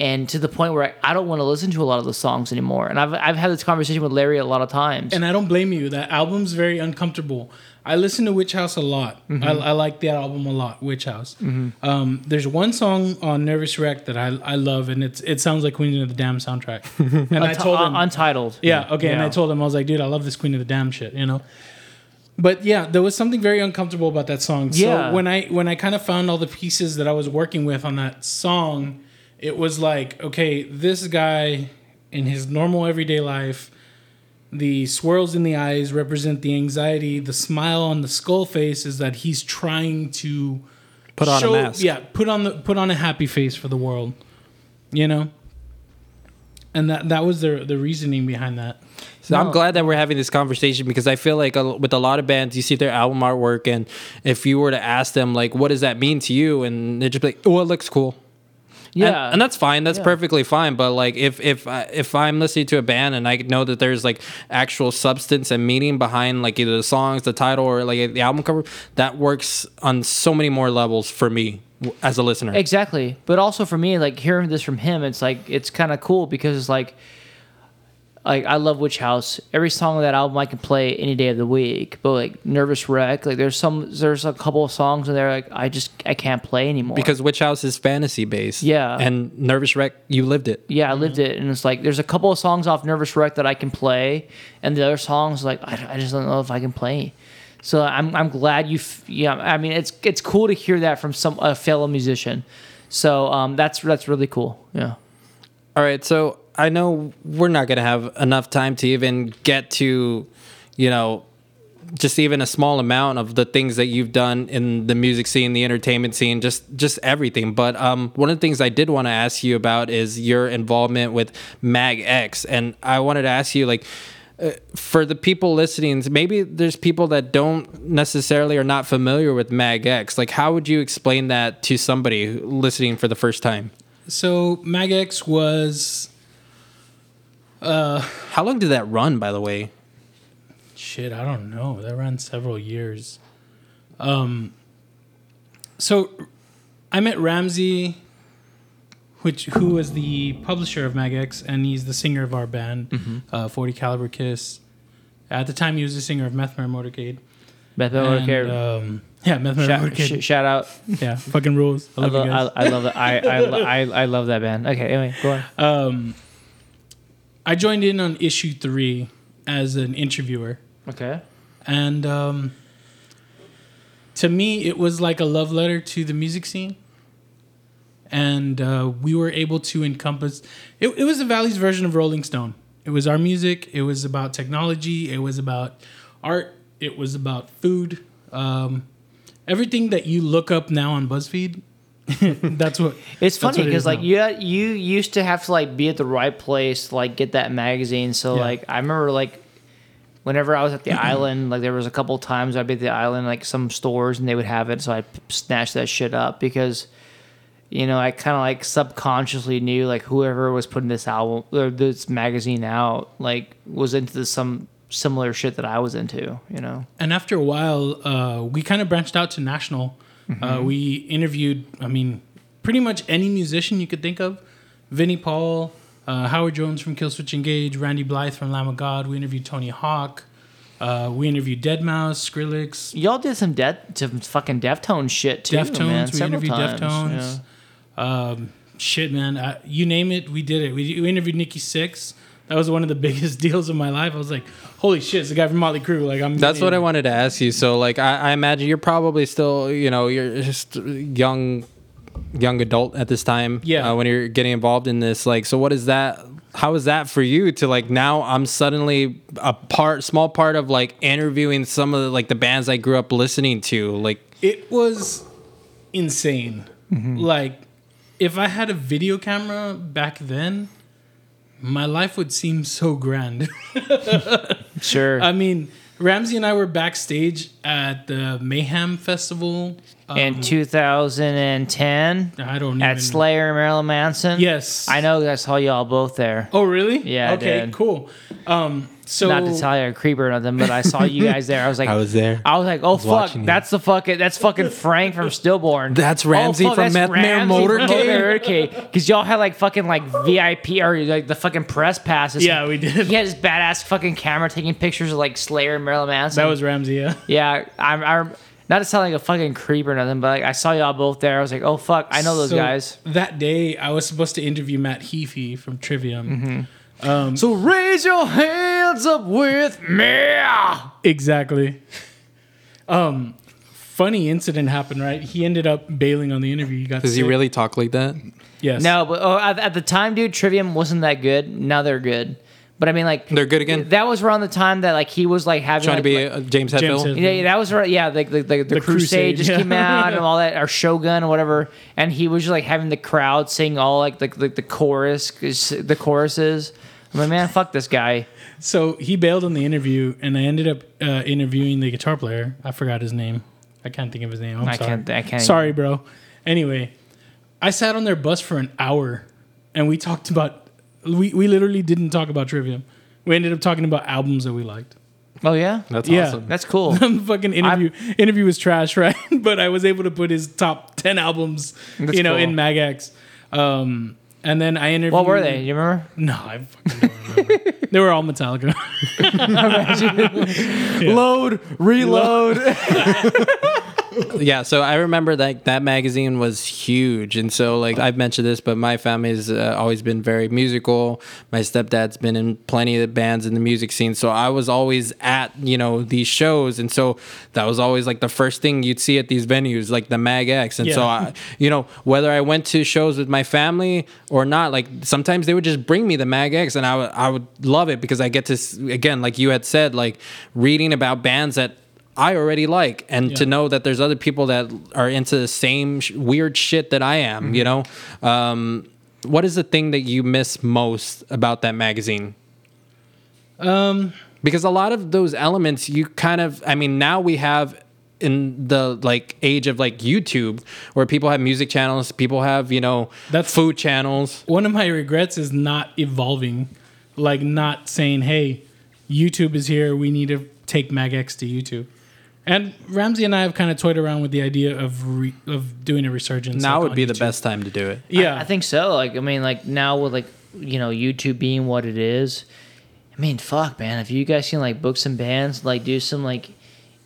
C: And to the point where I I don't want to listen to a lot of the songs anymore. And I've, I've had this conversation with Larry a lot of times.
B: and I don't blame you. That album's very uncomfortable. I listen to Witch House a lot. I, I like that album a lot, Witch House. Um, there's one song on Nervous Wreck that I, I love, and it's it sounds like Queen of the Damn soundtrack. And I
C: Unti-
B: told him,
C: uh, Untitled.
B: yeah, okay. And
C: Yeah.
B: I told him I was like, dude, I love this Queen of the Damn shit, you know. But yeah, there was something very uncomfortable about that song.
C: Yeah.
B: So when I when I kind of found all the pieces that I was working with on that song, it was like, okay, this guy in his normal everyday life, the swirls in the eyes represent the anxiety. The smile on the skull face is that he's trying to
A: Put on a mask.
B: Yeah, put on the put on a happy face for the world. You know? And that that was the the reasoning behind that.
A: So I'm glad that we're having this conversation because I feel like a, with a lot of bands, you see their album artwork, and if you were to ask them, like, what does that mean to you? And they're just like, oh, it looks cool. And-
C: Yeah.
A: and, that's fine. That's perfectly fine. But like, if if I, if I'm listening to a band and I know that there's like actual substance and meaning behind like either the songs, the title, or like the album cover, that works on so many more levels for me w- as a listener.
C: Exactly. But also for me, like hearing this from him, it's like it's kind of cool because it's like, like I love Witch House. Every song on that album I can play any day of the week. But like Nervous Wreck, like there's some there's a couple of songs in there like I just I can't play anymore
A: because Witch House is fantasy based.
C: Yeah.
A: And Nervous Wreck, you lived it.
C: yeah, I lived it, and it's like there's a couple of songs off Nervous Wreck that I can play, and the other songs like I, I just don't know if I can play. So I'm I'm glad you f- yeah I mean it's it's cool to hear that from some a fellow musician. So um that's that's really cool yeah.
A: All right, so I know we're not going to have enough time to even get to, you know, just even a small amount of the things that you've done in the music scene, the entertainment scene, just just everything. But um, one of the things I did want to ask you about is your involvement with Mag X, and I wanted to ask you like. uh, For the people listening, maybe there's people that don't necessarily are not familiar with Mag X. Like, how would you explain that to somebody who- listening for the first time?
B: So MagX was
A: How long did that run, by the way?
B: shit, I don't know. That ran several years. Um so I met Ramsey which who was the publisher of MagX and he's the singer of our band,
A: Mm-hmm.
B: uh, 40 Caliber Kiss. At the time he was the singer of Methmere Motorcade.
C: Method
B: And,
C: Worker,
B: um, yeah, Methmere
C: Shout,
B: Motorcade.
C: sh- shout out!
B: yeah, fucking rules. I
C: I
B: love,
C: love,
B: you guys.
C: I, I love that. I I, lo- I I love that band. Okay, anyway, go on.
B: I joined in on issue three as an interviewer.
C: Okay,
B: and um, to me it was like a love letter to the music scene and uh, we were able to encompass it, it was the valley's version of rolling stone it was our music it was about technology it was about art it was about food um, everything that you look up now on buzzfeed that's what
C: it's
B: that's
C: funny
B: what it
C: because
B: is
C: like
B: now.
C: you had- you used to have to like be at the right place to like get that magazine. So
B: Yeah.
C: like I remember like whenever I was at the island, like there was a couple times I'd be at the island like some stores and they would have it, so I'd p- snatch that shit up because. You know, I kind of like subconsciously knew like whoever was putting this album or this magazine out like was into this, some similar shit that I was into. You know,
B: and after a while, uh, we kind of branched out to national.
C: Mm-hmm.
B: Uh, we interviewed, I mean, pretty much any musician you could think of. Vinnie Paul, uh, Howard Jones from Killswitch Engage, Randy Blythe from Lamb of God. We interviewed Tony Hawk. Uh, we interviewed Deadmau5, Skrillex,
C: Y'all did some death, some fucking Deftone shit too, man.
B: Deftones. We
C: several
B: interviewed
C: times,
B: Deftones. Um, shit, man. I, you name it, we did it. We, we interviewed Nikki Six. That was one of the biggest deals of my life. I was like, holy shit, it's the guy from Motley Crue. Like I'm.
A: That's what I wanted to ask you. So, like, I, I imagine you're probably still, you know, you're just young, young adult at this time.
B: Yeah.
A: Uh, when you're getting involved in this, like, so what is that? How is that for you to like now? I'm suddenly a part, small part of like interviewing some of the, like the bands I grew up listening to. Like,
B: It was insane. Like, if I had a video camera back then, my life would seem so grand.
C: Sure.
B: I mean, Ramsey and I were backstage at the Mayhem Festival. Um,
C: in 2010
B: I don't
C: at
B: even-
C: Slayer, Marilyn Manson.
B: Yes.
C: I know. 'cause I saw y'all both there.
B: Oh, really?
C: Yeah, I
B: Okay.
C: did.
B: Cool. Um. So
C: Not to tell you a creeper or nothing, but I saw you guys there. I was like,
A: I was there.
C: I was like, oh fuck,
A: watching you.
C: that's the fucking that's fucking Frank from Stillborn. Oh,
A: That's Ramsey from Meth Man Motorcade.
C: Because y'all had like fucking like VIP or like the fucking press passes.
B: Yeah, we did.
C: He had his badass fucking camera taking pictures of like Slayer and Marilyn Manson.
B: that was Ramsey. Yeah.
C: yeah. I'm, I'm not to sound like a fucking creep or nothing, but like I saw y'all both there. I was like, oh fuck, I know those
B: So,
C: guys.
B: That day, I was supposed to interview Matt Heafy from Trivium.
C: Mm-hmm. So raise your hands up with me.
B: Exactly. Um, funny incident happened. Right, he ended up bailing on the interview. He got
A: does he
B: sick.
A: really talk like that?
B: Yes.
C: No, but oh, at, at the time, dude, Trivium wasn't that good. Now they're good. But I mean, like
A: They're good again?
C: That was around the time that like he was like having
A: Trying to be
C: like, like-
A: uh, James
B: James
A: Hetfield.
B: Hetfield.
C: yeah, that was right. Yeah, like the, the, the, Crusade,
B: Crusade,
C: just
B: yeah.
C: came out and all that, or Shogun or whatever. And he was just like having the crowd sing all like the the, the chorus, the choruses. I'm like, man, fuck this guy.
B: So he bailed on the interview, and I ended up uh, interviewing the guitar player. I forgot his name. I can't think of his name. I'm
C: I
B: sorry.
C: can't- I can't
B: Sorry, bro. Anyway, I sat on their bus for an hour, and we talked about. We we literally didn't talk about Trivium. We ended up talking about albums that we liked.
C: Oh yeah,
A: That's
B: Yeah.
A: awesome.
C: that's cool.
B: The fucking interview interview was trash, right? but I was able to put his top ten albums,
C: That's
B: you know,
C: cool.
B: in Magax. Um, and then I interviewed.
C: what were they? You remember?
B: No, I fucking don't remember. they were all Metallica.
A: Load, reload. yeah, so I remember that that magazine was huge, and so like I've mentioned this, but my family's uh, always been very musical. My stepdad's been in plenty of the bands in the music scene, so I was always at you know these shows, and so that was always like the first thing you'd see at these venues, like the Mag X, and so
B: Yeah.
A: I, you know, whether I went to shows with my family or not, like sometimes they would just bring me the Mag X, and I would I would love it because I get to s- again, like you had said, like reading about bands that I already like, and to
B: Yeah.
A: know that there's other people that are into the same sh- weird shit that I am. You know, um, what is the thing that you miss most about that magazine?
B: um,
A: because a lot of those elements you kind of i mean now we have in the like age of like youtube where people have music channels people have you know
B: That's-
A: food channels
B: one of my regrets is not evolving, like not saying, "Hey, YouTube is here. We need to take MagX to YouTube." And Ramsey and I have kind of toyed around with the idea of re- of doing a resurgence.
A: now
B: like,
A: would
B: on
A: be the
B: YouTube.
A: best time to do it
B: Yeah,
C: I think so. Like, I mean, like now with like you know YouTube being what it is, I mean, fuck, man. If you guys can like book some bands, like do some like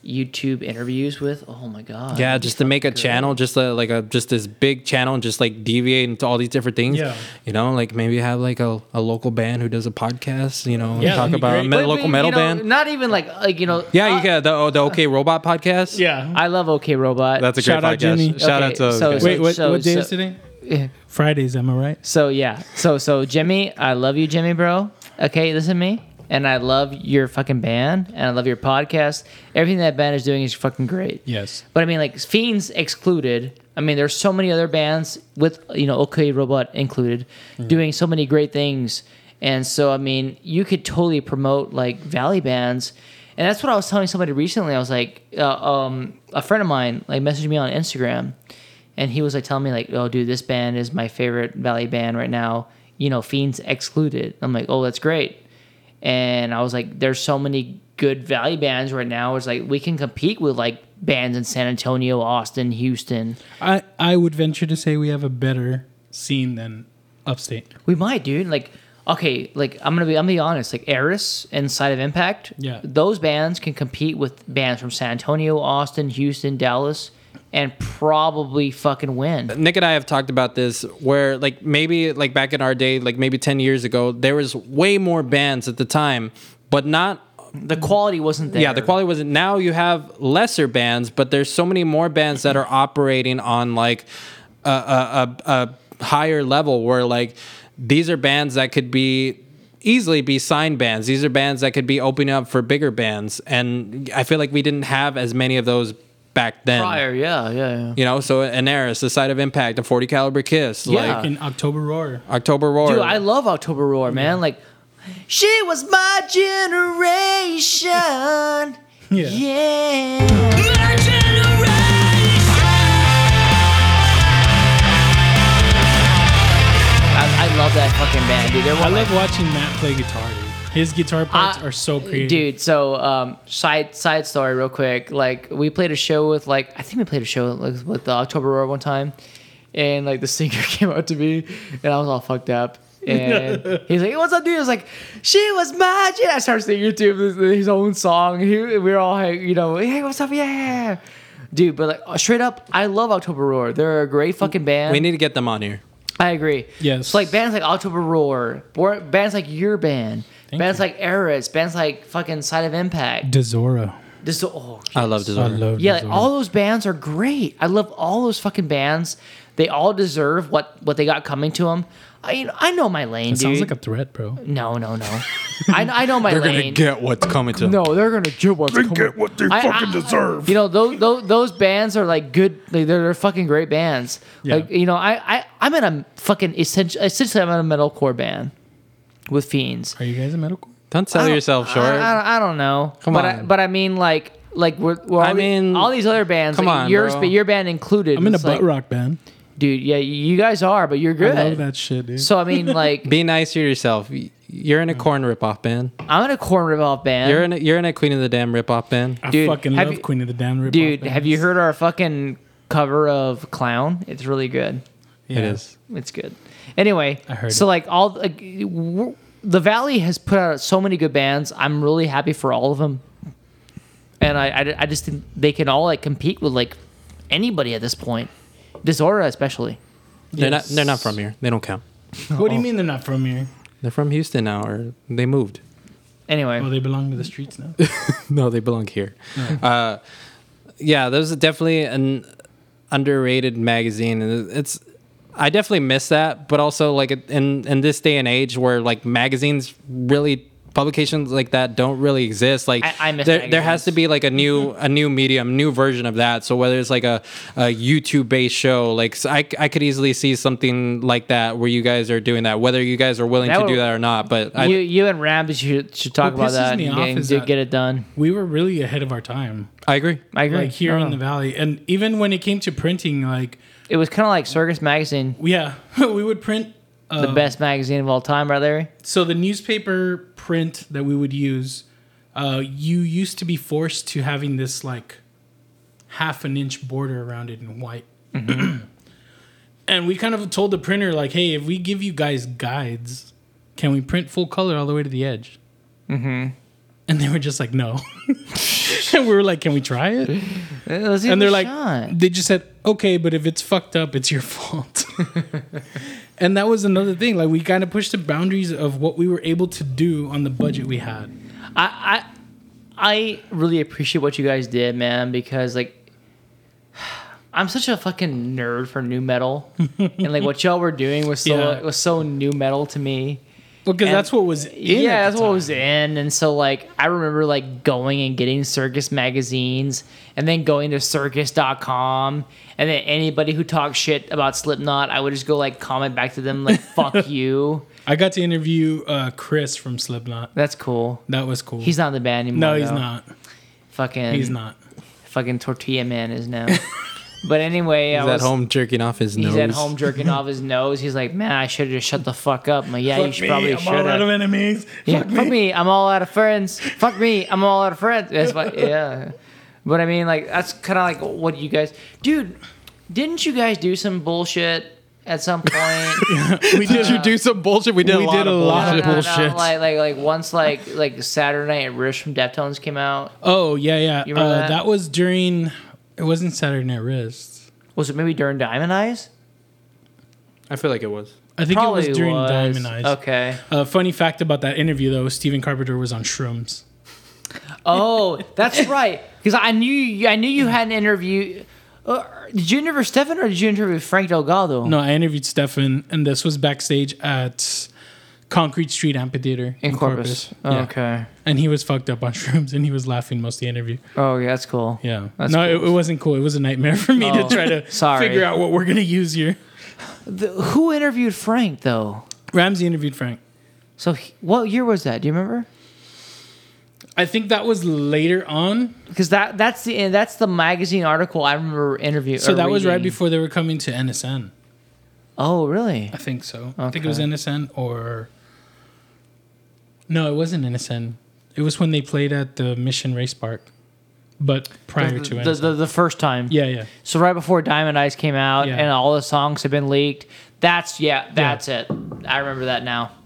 C: YouTube interviews with, oh my god,
A: yeah just to make a channel just a, like a just this big channel just like deviate into all these different things
B: Yeah.
A: you know like maybe have like a, a local band who does a podcast you know and
B: Yeah,
A: talk
B: that'd be
A: about a
B: great.
A: me-
C: But,
A: local
C: but,
A: metal
C: you know,
A: band
C: Not even like like you know.
A: yeah
C: uh,
A: you got the, oh, the okay robot podcast
B: yeah.
C: I love OK Robot.
A: that's a great
B: Shout out
A: podcast
B: Jimmy.
A: shout
C: Okay,
A: out to
C: so-
A: okay.
B: Wait, what,
C: so-
B: what day
C: so-
B: is today?
C: Yeah.
B: Fridays, am I right?
C: So yeah, so so Jimmy, I love you, Jimmy, bro. Okay, listen to me, and I love your fucking band, and I love your podcast. Everything that band is doing is fucking great.
B: Yes.
C: But I mean, like Fiends excluded. I mean, there's so many other bands with you know OK Robot included, doing so many great things. And so I mean, you could totally promote like Valley bands, and that's what I was telling somebody recently. I was like, uh, um, a friend of mine like messaged me on Instagram, and he was like telling me like, oh dude, this band is my favorite Valley band right now. You know, Fiends excluded. I'm like, oh, that's great and I was like, there's so many good valley bands right now. It's like we can compete with like bands in San Antonio, Austin, Houston.
B: I, I would venture to say we have a better scene than Upstate.
C: We might, dude. Like, okay, like I'm gonna be, I'm gonna be honest. Like Eris and Side of Impact,
B: Yeah.
C: those bands can compete with bands from San Antonio, Austin, Houston, Dallas, and probably fucking win.
A: Nick and I have talked about this where like maybe like back in our day, like maybe 10 years ago, there was way more bands at the time, but not
C: The quality wasn't there.
A: yeah, the quality wasn't now you have lesser bands, but there's so many more bands that are operating on like a a, a, a higher level where like these are bands that could be easily be signed bands. These are bands that could be opening up for bigger bands and I feel like we didn't have as many of those back then.
C: prior. Yeah, yeah, yeah.
A: You know, so an Eris, the side of impact, a 40 caliber kiss,
C: Yeah.
A: like
B: Like in October Roar.
A: October Roar.
C: Dude, I love October Roar, man. Like, she was my generation.
B: Yeah.
C: yeah.
F: My generation.
C: I, I love that fucking band, dude. They're one
B: I
C: of my
B: love watching Matt play guitar, dude. His guitar parts
C: I-
B: are so
C: Ah,
B: creative.
C: Dude, so um, side side story, real quick. Like we played a show with like I think we played a show like, with the October Roar one time, and like the singer came out to me, and I was all fucked up. And he's like, "Hey, "What's up, dude?" I was like, "She was magic." I started singing to him his own song, and he, we were all like, you know, "Hey, what's up, yeah, yeah." yeah." Dude, but like straight up, I love October Roar. They're a great fucking band.
A: we need to get them on here.
C: I agree.
B: Yes.
C: So like bands like October Roar, bor- bands like Your Band,
B: Thank
C: bands
B: you.
C: like Eris, bands like fucking Side of Impact.
B: Dezora.
C: This, oh,
A: I love
B: I
A: Disorder.
B: love
C: yeah, like,
B: Dezora.
C: all those bands are great. I love all those fucking bands. They all deserve what what they got coming to them. I you know, I know my lane,
B: It
C: dude.
B: sounds like a threat, bro.
C: no, no, no. I, I know my
A: They're going to
C: lane.
A: get what's coming to them.
C: no, they're gonna get what's coming.
E: Get what they
C: I-
E: fucking
C: I-
E: deserve.
C: You know, those, those those bands are like good. Like they're, they're fucking great bands.
B: Yeah.
C: Like you know, I I I'm in a fucking essentially essentially I'm in a metalcore band with fiends.
B: Are you guys a metalcore?
A: Don't sell yourself short.
C: I, I don't- I don't know.
A: Come
C: but I,
A: on.
C: but I mean like like we're, we're all
A: I mean,
C: all these other bands.
A: come
C: like
A: on,
C: yours,
A: bro.
C: but your band included.
B: I'm in a
C: it's
B: butt
C: like,
B: rock band.
C: dude. Yeah, you guys are, but you're good.
B: I love that shit, dude.
C: So I mean, like,
A: Be nice to yourself. Y- You're in a corn ripoff band.
C: I'm in a corn revolve band.
A: You're in a, you're in a Queen of the Damn ripoff band.
B: I
C: dude,
B: fucking
C: have
B: love
C: you-
B: Queen of the Damn Rip.
C: dude, have you heard our fucking cover of Clown? It's really good.
A: It is.
C: It's good. Anyway,
B: I heard
C: so
B: it.
C: like all like, w- the Valley has put out so many good bands. I'm really happy for all of them, and I I, I just think they can all like compete with like anybody at this point. Disorder especially.
A: They're not they're not from here. They don't count.
B: What do you mean they're not from here?
A: They're from Houston now, or they moved.
C: Anyway,
B: Well, they belong to the streets now.
A: No, they belong here. Uh, yeah, there's definitely an underrated magazine, and it's. I definitely miss that, but also like in in this day and age where like magazines really publications like that don't really exist. Like
C: I- I miss
A: there, there has
C: magazines. Mm-hmm.
A: to be like a new a new medium, new version of that. So whether it's like a, a YouTube based show, like so I I could easily see something like that where you guys are doing that, whether you guys are willing
C: That
A: to do
C: would-
A: that or not. But I,
C: you you and Rams should should talk about
B: What pisses
C: that
B: me
C: and
B: off
C: get,
B: is
C: get,
B: that-
C: get it done.
B: we were really ahead of our time,
A: I agree.
C: I agree.
B: like here
C: No,
B: in
C: no.
B: the valley, and even when it came to printing, like
C: it was kind of like Circus Magazine,
B: yeah, we would print
C: the best magazine of all time, right, Larry?
B: so the newspaper print that we would use, uh, you used to be forced to having this like half an inch border around it in white. and we kind of told the printer like, hey, if we give you guys guides, can we print full color all the way to the edge? Mm-hmm. And they were just like, no. and we were like, can we try it? And they're like, they just said, okay, but if it's fucked up, it's your fault. and that was another thing. Like, we kind of pushed the boundaries of what we were able to do on the budget we had.
C: I, I I really appreciate what you guys did, man, because like I'm such a fucking nerd for new metal. and like what y'all were doing was so
B: Yeah.
C: was so new metal to me.
B: Well, because
C: And-
B: that's what was in.
C: yeah,
B: at
C: that's
B: the
C: what
B: time.
C: was in. And so like I remember like going and getting circus magazines and then going to circus.com and then anybody who talked shit about Slipknot, I would just go like comment back to them like fuck you.
B: I got to interview uh, Chris from Slipknot.
C: That's cool.
B: That was cool.
C: He's not in the band anymore.
B: no, he's
C: though.
B: not.
C: Fucking
B: He's not.
C: fucking tortilla man is now. but anyway, I
A: He's
C: was,
A: at home jerking off his
C: He's
A: nose.
C: at home jerking off his nose. He's like, man, I should have just shut the fuck up. I'm like, yeah, you
B: Fuck
C: should
B: me,
C: probably
B: I'm all
C: should
B: out of
C: have.
B: enemies.
C: Yeah, fuck, me, I'm all out of friends. Fuck me, I'm all out of friends. That's what, yeah. But I mean, like, that's kind of like what you guys, dude. Didn't you guys do some bullshit at some point?
A: We did you do some bullshit? We did
B: we
A: a lot
B: did
A: of
B: a lot
A: bullshit.
B: of bullshit.
C: like, like, like once, like, like Saturday Night at Rush from Deftones came out.
B: Oh yeah, yeah.
C: remember
B: uh,
C: that?
B: that? was during It wasn't Saturday Night Wrist.
C: Was it maybe during Diamond Eyes?
A: I feel like it was.
B: I think it was during Diamond Eyes.
C: Okay.
B: Uh, funny fact about that interview though, Stephen Carpenter was on shrooms.
C: Oh, that's right. Because I knew you, I knew you had an interview. Uh, did you interview Stefan or did you interview Frank Delgado?
B: No, I interviewed Stefan, and this was backstage at Concrete Street Amphitheater
C: in Corpus. Oh,
B: Yeah.
C: Okay.
B: And he was fucked up on shrooms, and he was laughing most of the interview.
C: Oh, yeah, that's cool.
B: Yeah.
C: That's
B: no, it, it wasn't cool. It was a nightmare for me
C: Oh,
B: to try to
C: sorry.
B: figure out what we're gonna use here.
C: Who interviewed Frank though?
B: Ramsey interviewed Frank.
C: So he, what year was that? Do you remember?
B: I think that was later on.
C: Because that that's the that's the magazine article I remember interviewing.
B: So that was right before they were coming to NSN.
C: Oh, really?
B: I think so. I think
C: Okay.
B: it was NSN or no, it wasn't NSN. It was when they played at the Mission Race Park, but prior to
C: The,
B: NSN.
C: the, the first time.
B: yeah, yeah.
C: So right before Diamond Eyes came out
B: Yeah.
C: and all the songs have been leaked. That's yeah, that's it. I remember that now.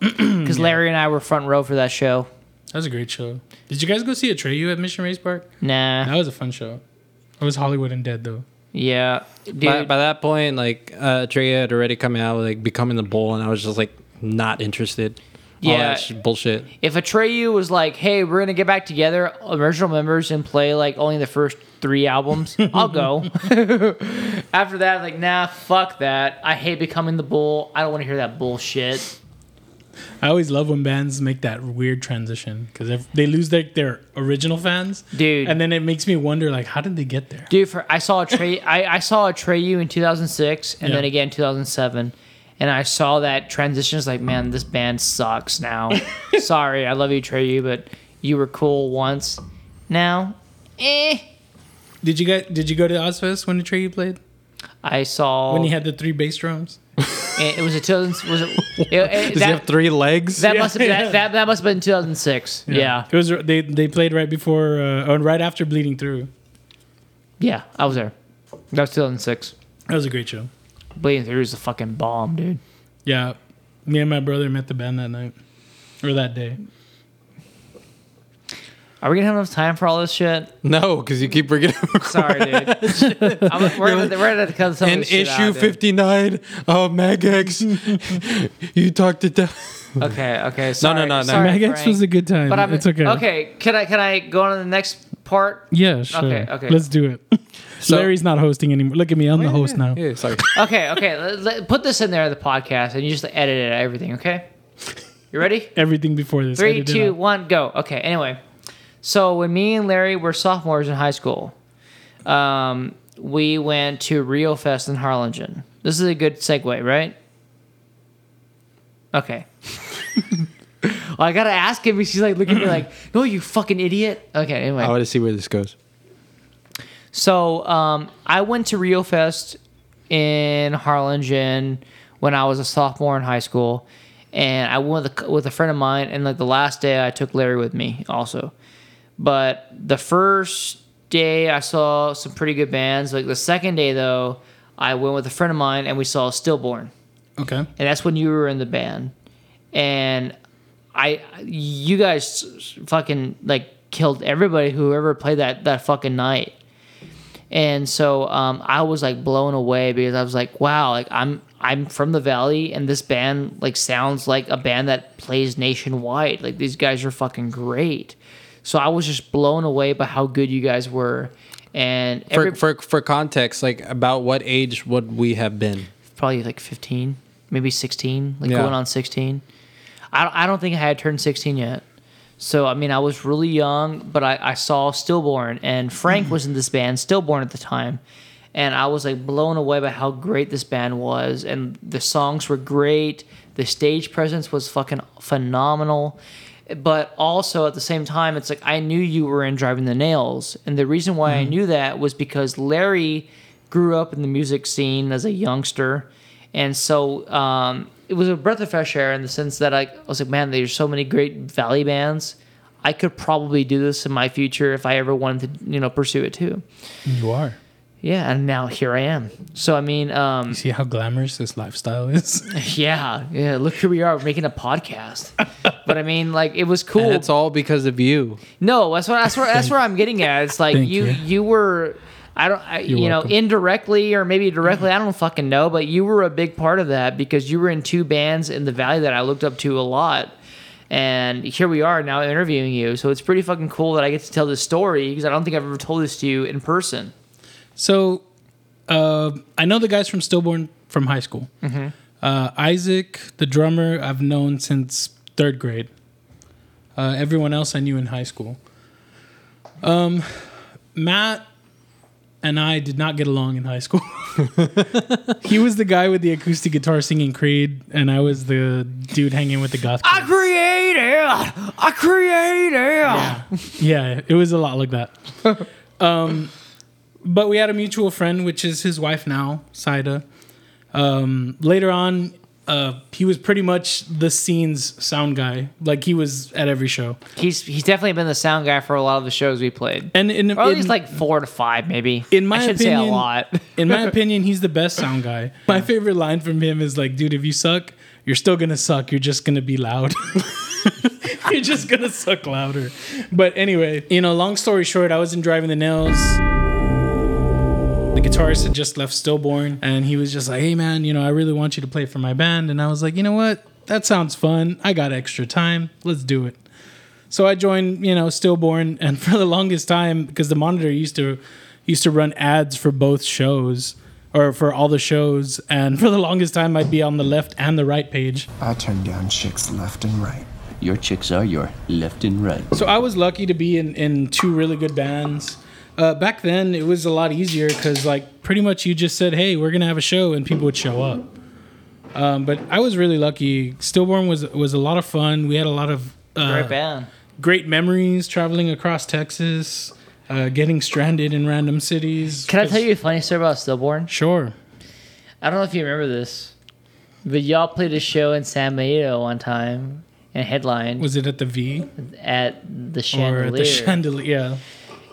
C: Because Larry and I were front row for that show.
B: That was a great show. Did you guys go see a Atreyu at Mission Race Park?
C: Nah.
B: That was a fun show. It was Hollywood and Dead though.
C: Yeah. Dude.
A: By, by that point, like uh, Dre had already come out with like becoming the bull, and I was just like not interested. All
C: Yeah.
A: that sh- bullshit.
C: if Atreyu was like, "Hey, we're gonna get back together, original members, and play like only the first three albums," I'll go. After that, like, nah, fuck that. I hate becoming the bull. I don't want to hear that bullshit.
B: I always love when bands make that weird transition because they lose their, their original fans,
C: Dude.
B: and then it makes me wonder like, how did they get there?
C: Dude, for I saw Atreyu, I, I saw Atreyu in 2006, and then
B: Yeah.
C: again 2007. And I saw that transition. It's like, man, this band sucks now. Sorry, I love you, Atreyu, but you were cool once. Now, eh.
B: Did you guys did you go to Ozfest when Atreyu played?
C: I saw
B: When he had the three bass drums?
C: it, it was a 2000. Was it? it- it-
A: Does
C: that-
A: he have three legs?
C: That must have been,
B: yeah.
C: that, that, that must have been 2006. Yeah. yeah,
B: It was they they played right before uh, or right after Bleeding Through.
C: I was there. That was 2006.
B: That was a great show.
C: Bleeding Through is a fucking bomb, dude.
B: Yeah, me and my brother met the band that night or that day.
C: Are we gonna have enough time for all this shit?
A: no, because you keep bringing up
C: Sorry, dude. I'm, we're, gonna, we're gonna cut some of
A: in
C: this shit
A: issue
C: out, dude.
A: fifty nine of Magex. you talked it down.
C: Okay, okay. Sorry,
A: no, no, no.
C: sorry,
B: Magex
C: Frank.
B: was a good time.
C: But I'm,
B: it's okay.
C: Okay, can I can I go on to the next part?
B: Yeah, sure.
C: Okay, okay.
B: Let's do it. Larry's not hosting anymore. Look at me, I'm the host now.
A: Yeah, sorry.
C: Okay, okay. let, let- put this in there the podcast, and you just edit it everything. Okay, you ready?
B: Everything before this.
C: Three,
B: edit it
C: two,
B: out.
C: one, go. Okay. Anyway, so when me and Larry were sophomores in high school, um, we went to Rio Fest in Harlingen. This is a good segue, right? Okay. well, I gotta ask him. because He's like looking at me like, "No, you fucking idiot." Okay. Anyway,
A: I want to see where this goes.
C: so um, I went to Rio Fest in Harlingen when I was a sophomore in high school, and I went with a, with a friend of mine. And like the last day, I took Larry with me also. But the first day, I saw some pretty good bands. Like the second day, though, I went with a friend of mine, and we saw Stillborn
B: Okay.
C: and that's when you were in the band and i you guys fucking like killed everybody who ever played that that fucking night and so um, i was like blown away because i was like wow like i'm i'm from the valley and this band like sounds like a band that plays nationwide like these guys are fucking great so i was just blown away by how good you guys were and
A: For,
C: every,
A: for for context, like about what age would we have been?
C: probably like 15, maybe 16, like
A: Yeah.
C: going on 16. I, I don't think I had turned 16 yet. So, I mean, I was really young, but I, I saw Stillborn, and Frank was in this band, Stillborn at the time. And I was like blown away by how great this band was, and the songs were great. The stage presence was fucking phenomenal. But also at the same time, it's like I knew you were in Driving the Nails. And the reason why I knew that was because Larry grew up in the music scene as a youngster, and so um, it was a breath of fresh air in the sense that I, I was like, man, there's so many great valley bands. I could probably do this in my future if I ever wanted to, you know, pursue it too.
B: You are.
C: Yeah, and now here I am. So I mean, um,
B: See how glamorous this lifestyle is.
C: yeah, yeah. Look who we are we're making a podcast. but I mean, like, it was cool.
A: And it's all because of you.
C: No, that's what that's where that's where I'm getting at. It's like
B: Thank
C: you
B: you.
C: you were I don't, I, you
B: You're
C: know,
B: welcome.
C: indirectly or maybe directly, I don't fucking know, but you were a big part of that because you were in two bands in the valley that I looked up to a lot. And here we are now interviewing you. So it's pretty fucking cool that I get to tell this story because I don't think I've ever told this to you in person.
B: So, uh, I know the guys from Stillborn from high school. Uh, Isaac, the drummer, I've known since third grade. Uh, everyone else I knew in high school. Um, Matt and I did not get along in high school. he was the guy with the acoustic guitar singing Creed, and I was the dude hanging with the goth.
C: I
B: kids.
C: created! I created!
B: yeah, it was a lot like that. um, but we had a mutual friend, which is his wife now, Saida. Um, later on, uh, he was pretty much the scenes sound guy. Like he was at every show,
C: He's, he's definitely been the sound guy for a lot of the shows we played.
B: and in,
C: Or at
B: in-
C: least like four to five, maybe.
B: In my
C: I should say a
B: opinion- uh,
C: lot.
B: in my opinion, he's the best sound guy. My favorite line from him is like, "Dude, if you suck, you're still gonna suck. You're just gonna be loud. you're just gonna suck louder." But anyway, you know, long story short, I was in driving the nails. The guitarist had just left Stillborn, and he was just like, "Hey, man, you know, I really want you to play for my band." And I was like, "You know what? That sounds fun. I got extra time. Let's do it." So I joined, you know, Stillborn, and for the longest time, because the monitor used to used to run ads for both shows or for all the shows, and for the longest time, I'd be on the left and the right page.
G: I turn down chicks left and right. Your chicks are your left and right.
B: So I was lucky to be in in two really good bands. Uh, back then, it was a lot easier because, like, pretty much you just said, "Hey, we're gonna have a show," and people would show up. Um, but I was really lucky. Stillborn was was a lot of fun. We had a lot of uh,
C: Right band.
B: great memories traveling across Texas, uh, getting stranded in random cities.
C: Can I tell you a funny story about Stillborn?
B: Sure.
C: I don't know if you remember this, but y'all played a show in San Benito one time and headlined
B: Was it at the V
C: at the
B: or
C: Chandelier.
B: at the Chandelier?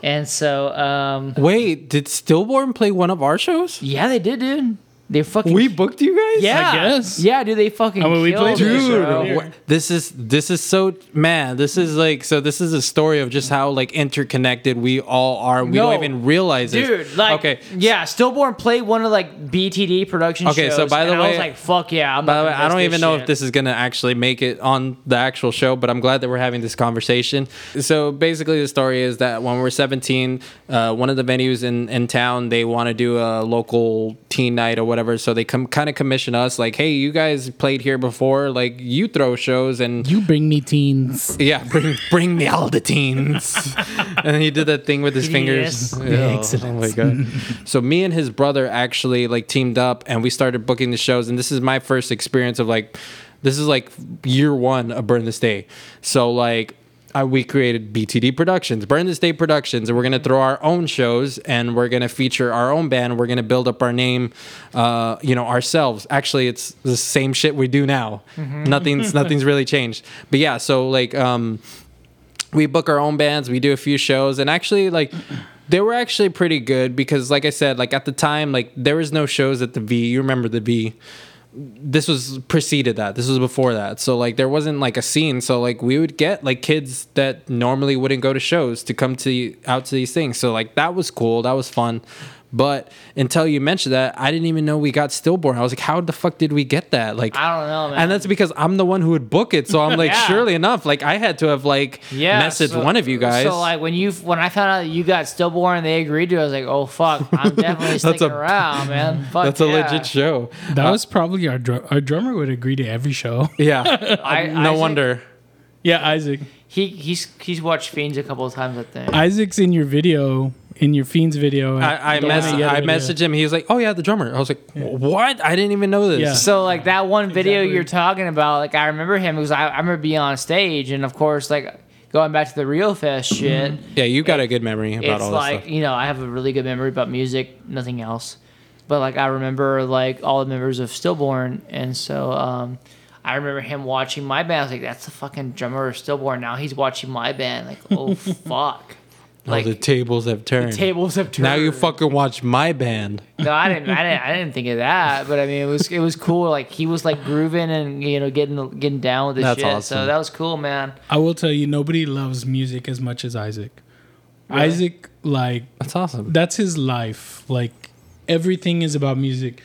C: and so, um,
A: Wait, did Stillborn play one of our shows?
C: yeah, they did, dude. They fucking
A: We booked you guys?
C: yeah,
B: guess.
C: yeah, dude. They fucking
B: I mean, we
C: killed
B: played
C: it,
B: this
A: dude
C: bro.
B: earlier.
A: wha- this is this is so man this is like so this is a story of just how like interconnected we all are we
C: No.
A: don't even realize
C: Dude,
A: this.
C: like,
A: okay
C: yeah, Stillborn played one of like BTD production
A: Okay,
C: shows.
A: so by the
C: and I was
A: way-
C: like, fuck yeah. I'm
A: by
C: not
A: the way
C: gonna
A: i
C: miss
A: don't even know if
C: shit.
A: this is gonna actually make it on the actual show but i'm glad that we're having this conversation so basically the story is that when we we're 17 uh, one of the venues in, in town they want to do a local teen night or whatever so they come kind of commission us like hey you guys played here before like you throw shows and
B: You bring me teens.
A: Yeah, bring bring me all the teens. and he did that thing with his fingers.
C: Yes.
A: Ew, Oh my god. so me and his brother actually like teamed up and we started booking the shows and this is my first experience of like this is like year 1 of Burn This Day. So like I, we created BTD Productions, Burn This Day Productions, and we're gonna throw our own shows, and we're gonna feature our own band. We're gonna build up our name, uh, you know, ourselves. Actually, it's the same shit we do now. Nothing's nothing's really changed. But yeah, so like, um, we book our own bands we do a few shows and actually like they were actually pretty good because like i said like at the time like there was no shows at the v you remember the v this was preceded that this was before that so like there wasn't like a scene so like we would get like kids that normally wouldn't go to shows to come to out to these things so like that was cool that was fun but until you mentioned that i didn't even know we got stillborn i was like how the fuck did we get that like
C: I don't know, man.
A: and that's because i'm the one who would book it so i'm like
C: Yeah.
A: surely enough like i had to have like
C: yeah,
A: message
C: so-
A: one of you guys.
C: So like when you when I found out that you got stillborn and they agreed to, it, I was like, oh fuck, I'm definitely
A: That's a-
C: sticking around, man. Fuck
A: that's a
C: yeah.
A: legit show.
C: Uh,
B: That was probably our dru- our drummer would agree to every show.
A: Yeah,
C: I,
A: no
C: Isaac,
A: wonder.
B: yeah, Isaac.
C: he he's he's watched Fiends a couple of times. I think.
B: Isaac's in your video, in your fiends video.
A: I I,
B: The one
A: mess-
B: that you had
A: I
B: video.
A: messaged him. He was like, "Oh yeah, the drummer." I was like, "What? I didn't even know this."
B: Yeah.
C: so like that one video
B: Exactly.
C: you're talking about, like I remember him because I, I remember being on stage and of course like going back to the Real Fest shit.
A: Yeah, you got a good memory about
C: it's
A: all this
C: like
A: stuff.
C: you know I have a really good memory about music, nothing else. But like I remember like all the members of Stillborn, and so um, I remember him watching my band. I was like, that's the fucking drummer of Stillborn. Now he's watching my band. Like oh fuck, like
A: oh, the tables have turned.
C: tables have turned.
A: Now you fucking watch my band.
C: No, I didn't. I didn't. I didn't think of that. But I mean, it was it was cool. Like he was like grooving and you know getting getting down with the
A: That's
C: shit. So
A: awesome.
C: that was cool, man.
B: I will tell you, nobody loves music as much as Isaac. Isaac, like
A: That's awesome.
B: that's his life. Like everything is about music.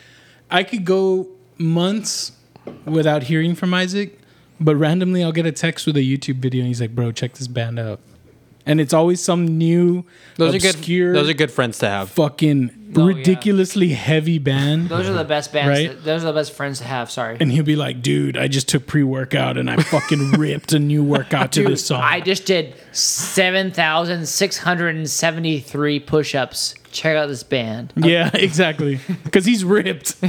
B: I could go months without hearing from Isaac, but randomly I'll get a text with a YouTube video and he's like, "Bro, check this band out." And it's always some new
A: Those
B: obscure
A: are good. Those are Oh, good friends to have.
B: fucking
C: No, yeah.
B: ridiculously heavy band.
C: Those are the best bands.
B: Right?
C: that- those are the best friends to have. Sorry.
B: and he'll be like, "Dude, I just took pre-workout and I fucking ripped a new workout to this song."
C: I just did 7,673 push ups. Check out this band.
B: Yeah, exactly. Because he's ripped.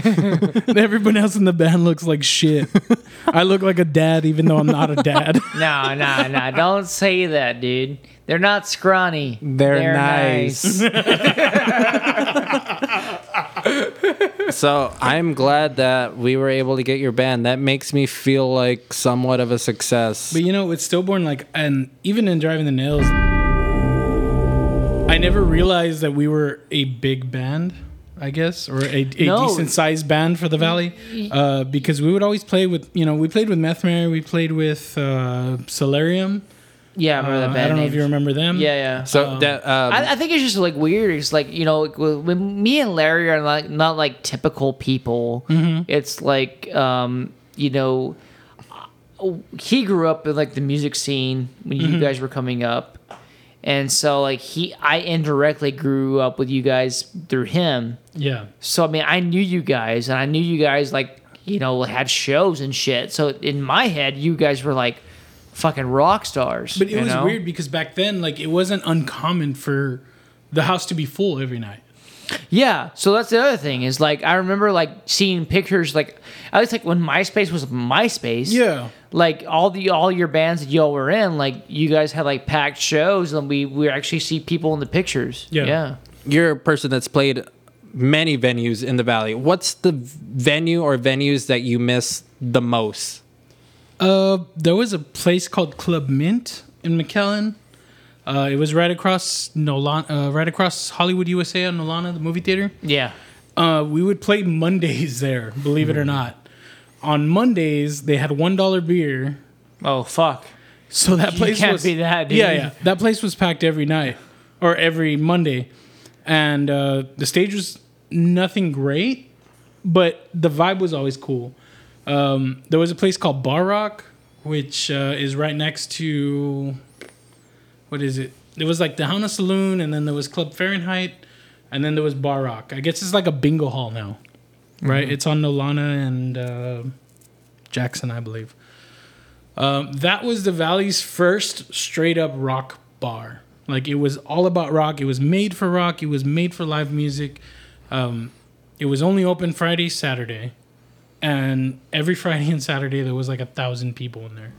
B: Everyone else in the band looks like shit. I look like a dad, even though I'm not a dad.
C: No, no, no. Don't say that, dude. They're not scrawny.
A: They're So I'm glad that we were able to get your band. That makes me feel like somewhat of a success.
B: but you know, with Stillborn, like, and even in Driving the Nails, I never realized that we were a big band. I guess, or a, a
C: No.
B: decent sized band for the valley, uh, because we would always play with, you know, we played with Meth Mary, we played with uh, Solarium.
C: yeah, I remember
B: Uh,
C: that
B: I
C: band
B: don't know
C: name.
B: if you remember them.
C: Yeah, yeah.
A: so that, um,
C: I, I think it's just like weird. It's like you know, like, when me and Larry are like not like typical people.
B: Mm-hmm.
C: It's like um, you know, uh, he grew up in like the music scene when
B: Mm-hmm.
C: you guys were coming up, and so like he, I indirectly grew up with you guys through him.
B: Yeah.
C: So I mean, I knew you guys, and I knew you guys like you know had shows and shit. So in my head, you guys were like fucking rock stars.
B: But it
C: you
B: was
C: know?
B: weird because back then, like, it wasn't uncommon for the house to be full every night.
C: Yeah, so that's the other thing is like I remember like seeing pictures like I was like when MySpace was MySpace.
B: Yeah.
C: Like all the all your bands that y'all were in, like you guys had like packed shows, and we we actually see people in the pictures.
B: Yeah.
C: yeah.
A: you're a person that's played many venues in the valley. What's the venue or venues that you miss the most?
B: Uh, there was a place called Club Mint in McAllen. Uh, it was right across Nolan, uh, right across Hollywood, USA, on Nolana, the movie theater.
C: Yeah.
B: Uh, we would play Mondays there, believe it or not. On Mondays, they had one dollar beer,
C: Oh fuck.
B: so that place
C: can't
B: was
C: be that, dude.
B: yeah, yeah. That place was packed every night or every Monday, and uh, the stage was nothing great, but the vibe was always cool. Um, there was a place called Bar Rock, which uh, is right next to what is it? There was like the Hauna Saloon, and then there was Club Fahrenheit, and then there was Bar Rock. I guess it's like a bingo hall now, right?
C: Mm-hmm.
B: It's on Nolana and uh, Jackson, I believe. Um, that was the Valley's first straight up rock bar. Like it was all about rock. It was made for rock. It was made for live music. Um, it was only open Friday, Saturday, and every Friday and Saturday there was like a thousand people in there.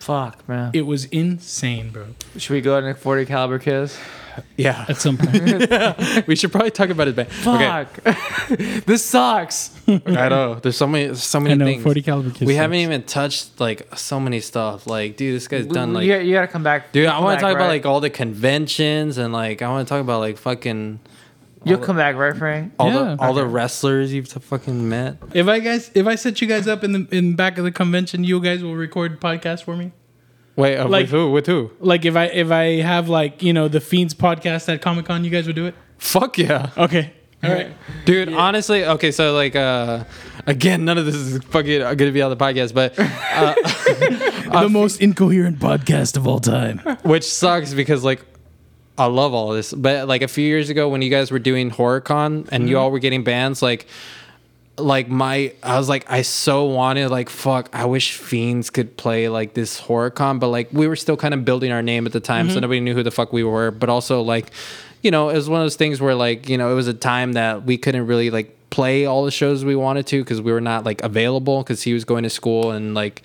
C: Fuck, man.
B: It was insane, bro.
C: Should we go in a forty caliber kiss?
A: Yeah,
B: At some point,
A: we should probably talk about it. Back.
C: Fuck. this sucks.
A: I know. There's so many, so many
B: I know,
A: things.
B: 40 caliber kids
A: We haven't
B: sucks.
A: even touched like so many stuff. Like, dude, this guy's done. Like,
C: you, you gotta come back.
A: dude,
C: you
A: I
C: come
A: want to
C: back,
A: talk about
C: right?
A: like all the conventions and like I want to talk about like fucking
C: You'll come back, right, Frank?
A: all
B: Yeah.
A: the all the wrestlers you've fucking met.
B: if I guys, if I set you guys up in the in back of the convention, you guys will record podcasts for me.
A: Wait, uh,
B: Like-
A: with who? With who?
B: Like if I if I have like you know the Fiends podcast at Comic Con, you guys would do it.
A: Fuck yeah.
B: Okay, all right.
A: Dude, honestly, okay, so like, uh, again, none of this is fucking gonna be on the podcast, but
B: the most incoherent podcast of all time.
A: which sucks because like I love all this, but like a few years ago when you guys were doing HorrorCon and
B: Mm-hmm.
A: you all were getting bands, like, like my, I was like, I so wanted, like, fuck, I wish Fiends could play like this HorrorCon, but like we were still kind of building our name at the time,
B: Mm-hmm.
A: so nobody knew who the fuck we were, but also like, you know, it was one of those things where like, you know, it was a time that we couldn't really like play all the shows we wanted to because we were not like available because he was going to school and like.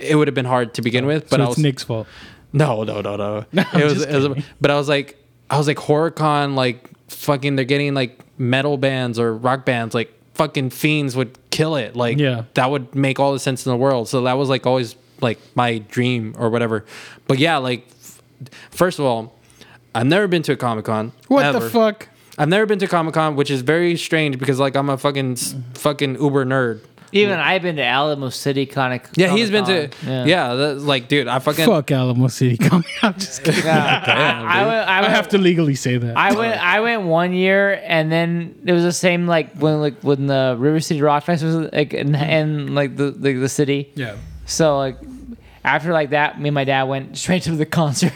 A: It would have been hard to begin with, but
B: so
A: I
B: it's
A: was
B: Nick's fault.
A: no, no, no, no. it was,
B: just
A: it was-
B: kidding.
A: but I was like, I was like, HorrorCon, like fucking, they're getting like metal bands or rock bands, like fucking fiends would kill it. Like,
B: Yeah.
A: that would make all the sense in the world. So that was like always like my dream or whatever. But yeah, like, f- first of all, I've never been to a Comic Con.
B: What the fuck?
A: I've never been to Comic Con, which is very strange because like I'm a fucking s- fucking Uber nerd.
C: Even I've been to Alamo City Comic.
A: Yeah, he's been to.
C: Comic-Con.
A: Yeah, that- like, dude, I fucking.
B: Fuck Alamo City Comic. I'm just kidding.
C: Yeah. I, I went, I
B: I
C: went,
B: have to legally say that.
C: I went. I went one year, and then it was the same like when like when the River City Rock Fest was like and,
A: Mm-hmm.
C: and like the the, the city.
B: yeah.
C: So like after like that, me and my dad went straight to the concert.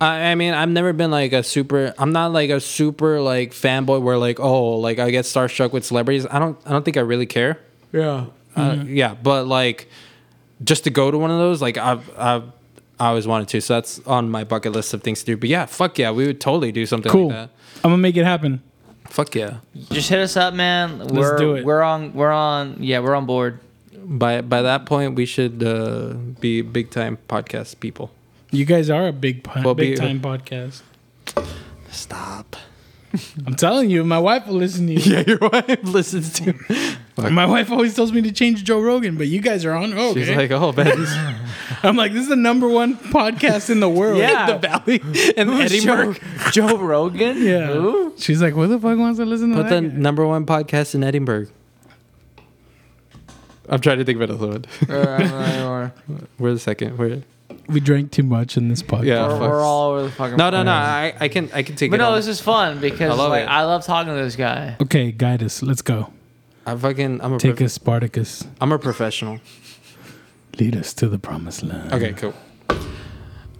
A: I, I mean, I've never been like a super. I'm not like a super like fanboy where like oh like I get starstruck with celebrities. I don't. I don't think I really care. Yeah. Uh, Yeah, but like, just to go to one of those, like I've I've I always wanted to. So that's on my bucket list of things to do. But yeah, fuck yeah, we would totally do something
B: Cool.
A: like
B: I'm gonna make it happen.
A: that. Fuck yeah.
C: Just hit us up, man. we're,
B: do it.
C: We're on. We're on. Yeah, we're on board.
A: By by that point, we should uh, be big time podcast people.
B: You guys are a big, po-
A: Well, be-
B: big time podcast.
A: Stop.
B: I'm telling you, my wife will listen to you.
A: Yeah, your wife listens to.
B: My wife always tells me to change Joe Rogan, but you guys are on. Oh,
A: She's
B: okay.
A: like, oh, man,
B: I'm like, this is the number one podcast in the world.
C: Yeah.
B: the valley and Eddie
C: Joe,
B: Murphy.
C: Joe Rogan.
B: Yeah.
C: Ooh.
B: She's like, who the fuck wants to listen to
A: Put the
B: that? guy?
A: number one podcast in Edinburgh. I'm trying to think of another one.
C: Or, or,
A: We're the second. We're
B: we drank too much in this podcast.
A: yeah.
C: or,
A: fuck.
C: we're all over the fucking.
A: no, no, no. I, I can I can take
C: But
A: it.
C: no,
A: all.
C: this is fun because
A: I love
C: like
A: it.
C: I love talking to this guy.
B: Okay, guide us. Let's go.
A: I fucking I'm a
B: Take
A: prof-
B: us, Spartacus.
A: I'm a professional.
B: Lead us to the promised land.
A: Okay, cool. All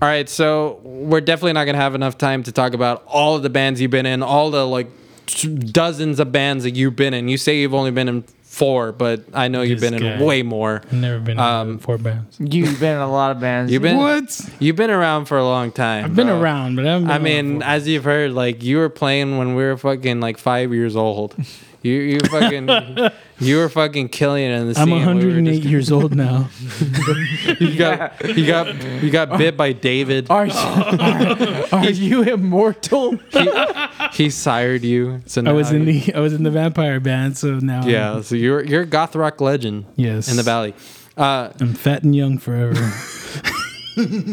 A: right, so we're definitely not gonna have enough time to talk about all of the bands you've been in, all the like t- dozens of bands that you've been in. You say you've only been in four, but I know you've
B: This
A: been in
B: guy.
A: way more.
B: I've never been
A: Um,
B: in four bands.
C: You've been in a lot of bands.
A: You've been
B: What?
A: You've been around for a long time.
B: I've been
A: bro.
B: around, but I haven't been
A: I
B: around
A: mean,
B: for-
A: as you've heard, like you were playing when we were fucking like five years old. You you fucking you were fucking killing it in the
B: I'm
A: scene. We were
B: 108
A: just-
B: years old now.
A: You got you got you got bit by
B: Oh,
A: David.
C: Are, are, are you immortal?
A: He, he sired you. So
B: I
A: now
B: was in
A: you-
B: the I was in the vampire band, so now I'm-
A: yeah. So you're you're a goth rock legend.
B: Yes.
A: In the valley. Uh,
B: I'm fat and young forever.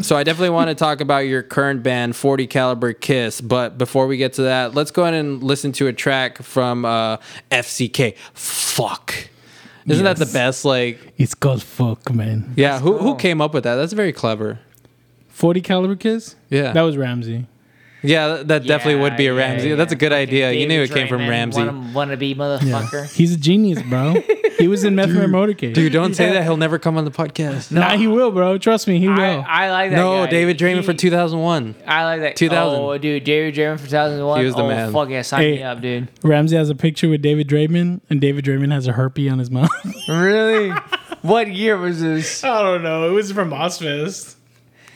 A: so I definitely want to talk about your current band, 40 Caliber Kiss. But before we get to that, let's go ahead and listen to a track from uh, FCK. Fuck. Isn't that the
B: Yes.
A: best? Like
B: it's called fuck, man.
A: Yeah, who who came up with that? That's very clever.
B: 40 caliber kiss.
A: Yeah.
B: that was Ramsey.
A: Yeah, that, that definitely would be a
C: Yeah, yeah,
A: Ramsey.
C: yeah.
A: That's a good idea. you
C: David
A: knew it came from
C: Draymond,
A: Ramsey.
C: wanna- Wannabe
B: Yeah.
C: motherfucker.
B: He's a genius, bro. he was in Meth Man Motorcade.
A: Dude, don't say that. He'll never come on the podcast. No,
B: Nah, he will, bro. Trust me, he will.
C: I, I like that. guy.
A: David Draymond
C: He-
A: for 2001.
C: I like that.
A: 2000.
C: Oh, dude, David Draymond for 2001.
A: He was the
C: oh,
A: man.
C: fuck yeah, sign
B: Hey.
C: me up, dude.
B: Ramsey has a picture with David Draymond, and David Draymond has a herpy on his mouth.
C: Really? what year was this?
B: I don't know. It was from Ozfest.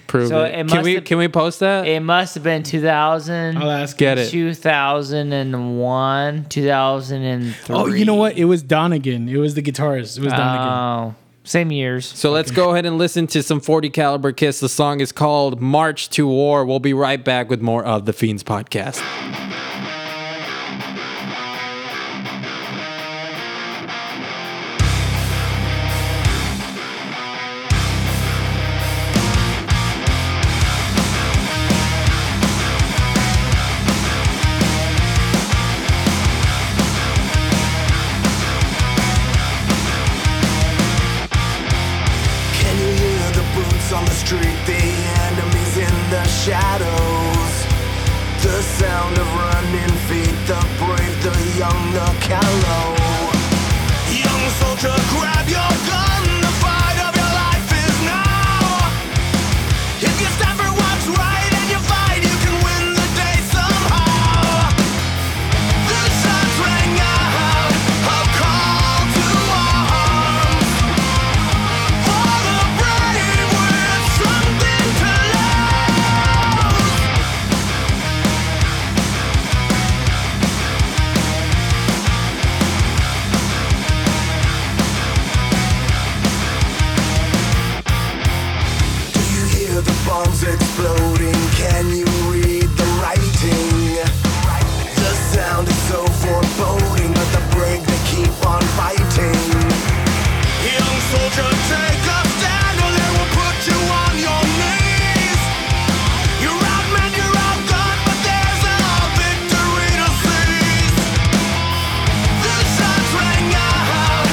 A: Prove
C: So
A: it.
C: it
A: can
C: must
A: we
C: have-
A: can we post that?
C: It must have been 2000.
B: I'll ask.
A: Get it.
C: 2001, 2003.
B: Oh, you know what? It was Donegan. It was the guitarist. It was Donegan.
C: Oh, same years.
A: so let's go ahead and listen to some 40 caliber kiss. The song is called March to War. We'll be right back with more of the Fiends podcast.
F: Can you hear the boots on the street? The enemies in the shadows. The sound of running feet, the brave, the young, the callow. Young soldier, grab your gun. The fight of your life is now. If you stand for what's right and you fight, you can win the day somehow. The shots rang out, a call to arms. For the brave with something to lose. Do you hear the bombs exploding? Can you read the writing? The sound is so foreboding, but the brave they keep on fighting. Young soldier, take a stand, or they will put you on your knees. You're outmanned, you're outgunned, but there's a victory to seize. The shots rang out,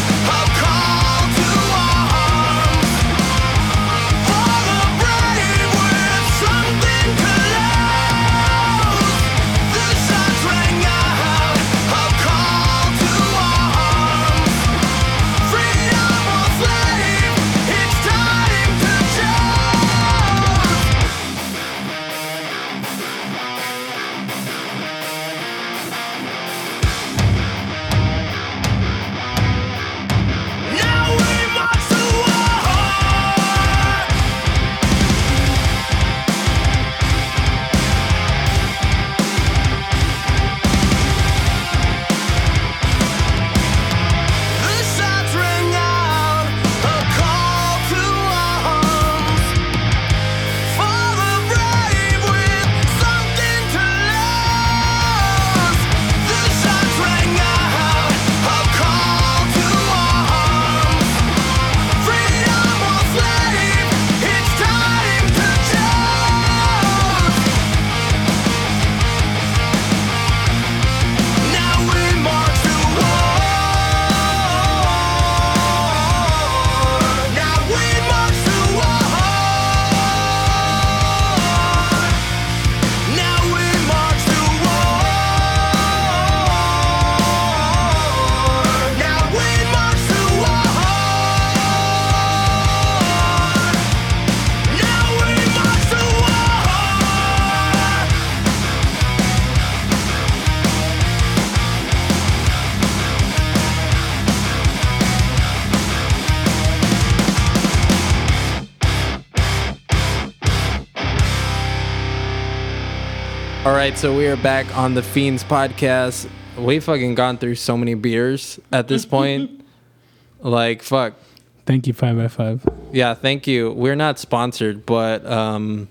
A: All right, so we are back on the Fiends podcast. We fucking gone through so many beers at this point. like fuck.
B: Thank you, five by five.
A: Yeah, thank you. We're not sponsored, but um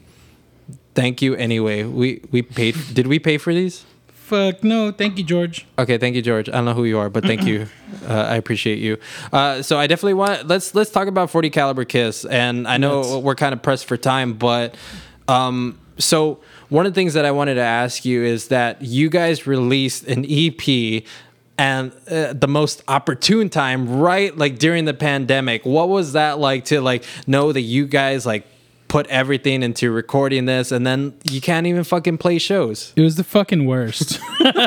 A: thank you anyway. We we paid did we pay for these?
B: Fuck no, thank you, George.
A: Okay, thank you, George. I don't know who you are, but thank you. Uh, I appreciate you. Uh, so I definitely want let's let's talk about 40 caliber kiss. And I know we're kind of pressed for time, but um, so one of the things that I wanted to ask you is that you guys released an EP and uh, the most opportune time, right? Like during the pandemic. What was that like to like know that you guys like put everything into recording this and then you can't even fucking play shows?
B: It was the fucking worst.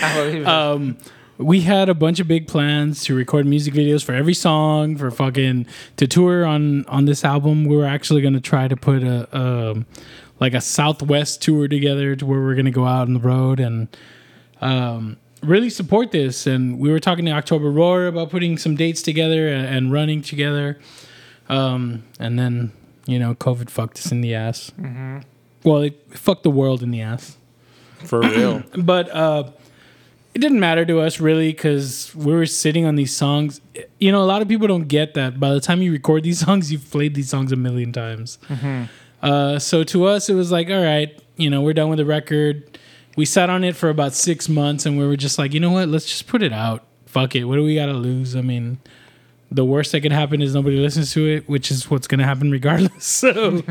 C: Uh,
B: we had a bunch of big plans to record music videos for every song, for fucking to tour on on this album. We were actually gonna try to put a um, like a Southwest tour together to where we're gonna go out on the road and um, really support this. And we were talking to October Roar about putting some dates together and, and running together. Um, and then you know, COVID fucked us in the ass. Well, it fucked the world in the ass
A: For real.
B: but uh, it didn't matter to us really because we were sitting on these songs. You know, a lot of people don't get that. By the time you record these songs, you've played these songs a million times.
A: Mm-hmm.
B: Uh, so to us, it was like, all right, you know, we're done with the record. We sat on it for about six months, and we were just like, you know what? Let's just put it out. Fuck it. What do we got to lose? I mean, the worst that could happen is nobody listens to it, which is what's going to happen regardless. So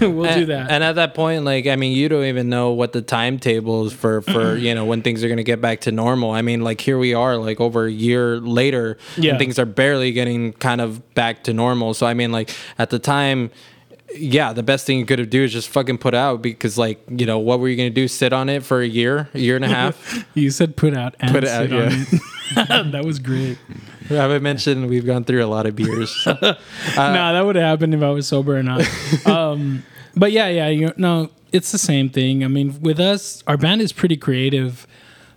B: we'll do
A: and,
B: that.
A: and at that point, like I mean, you don't even know what the timetable is for for you know when things are gonna get back to normal. I mean, like here we are, like over a year later,
B: Yeah.
A: and things are barely getting kind of back to normal. So I mean, like at the time. Yeah, the best thing you could have do is just fucking put out because, like, you know, what were you gonna do? Sit on it for a year, a year and a half?
B: you said put out and
A: Put it out,
B: sit
A: yeah.
B: on it. that was great.
A: I haven't mentioned we've gone through a lot of beers. Uh,
B: no, that would have happened if I was sober or not. um, but yeah, yeah, you no, it's the same thing. I mean, with us, our band is pretty creative.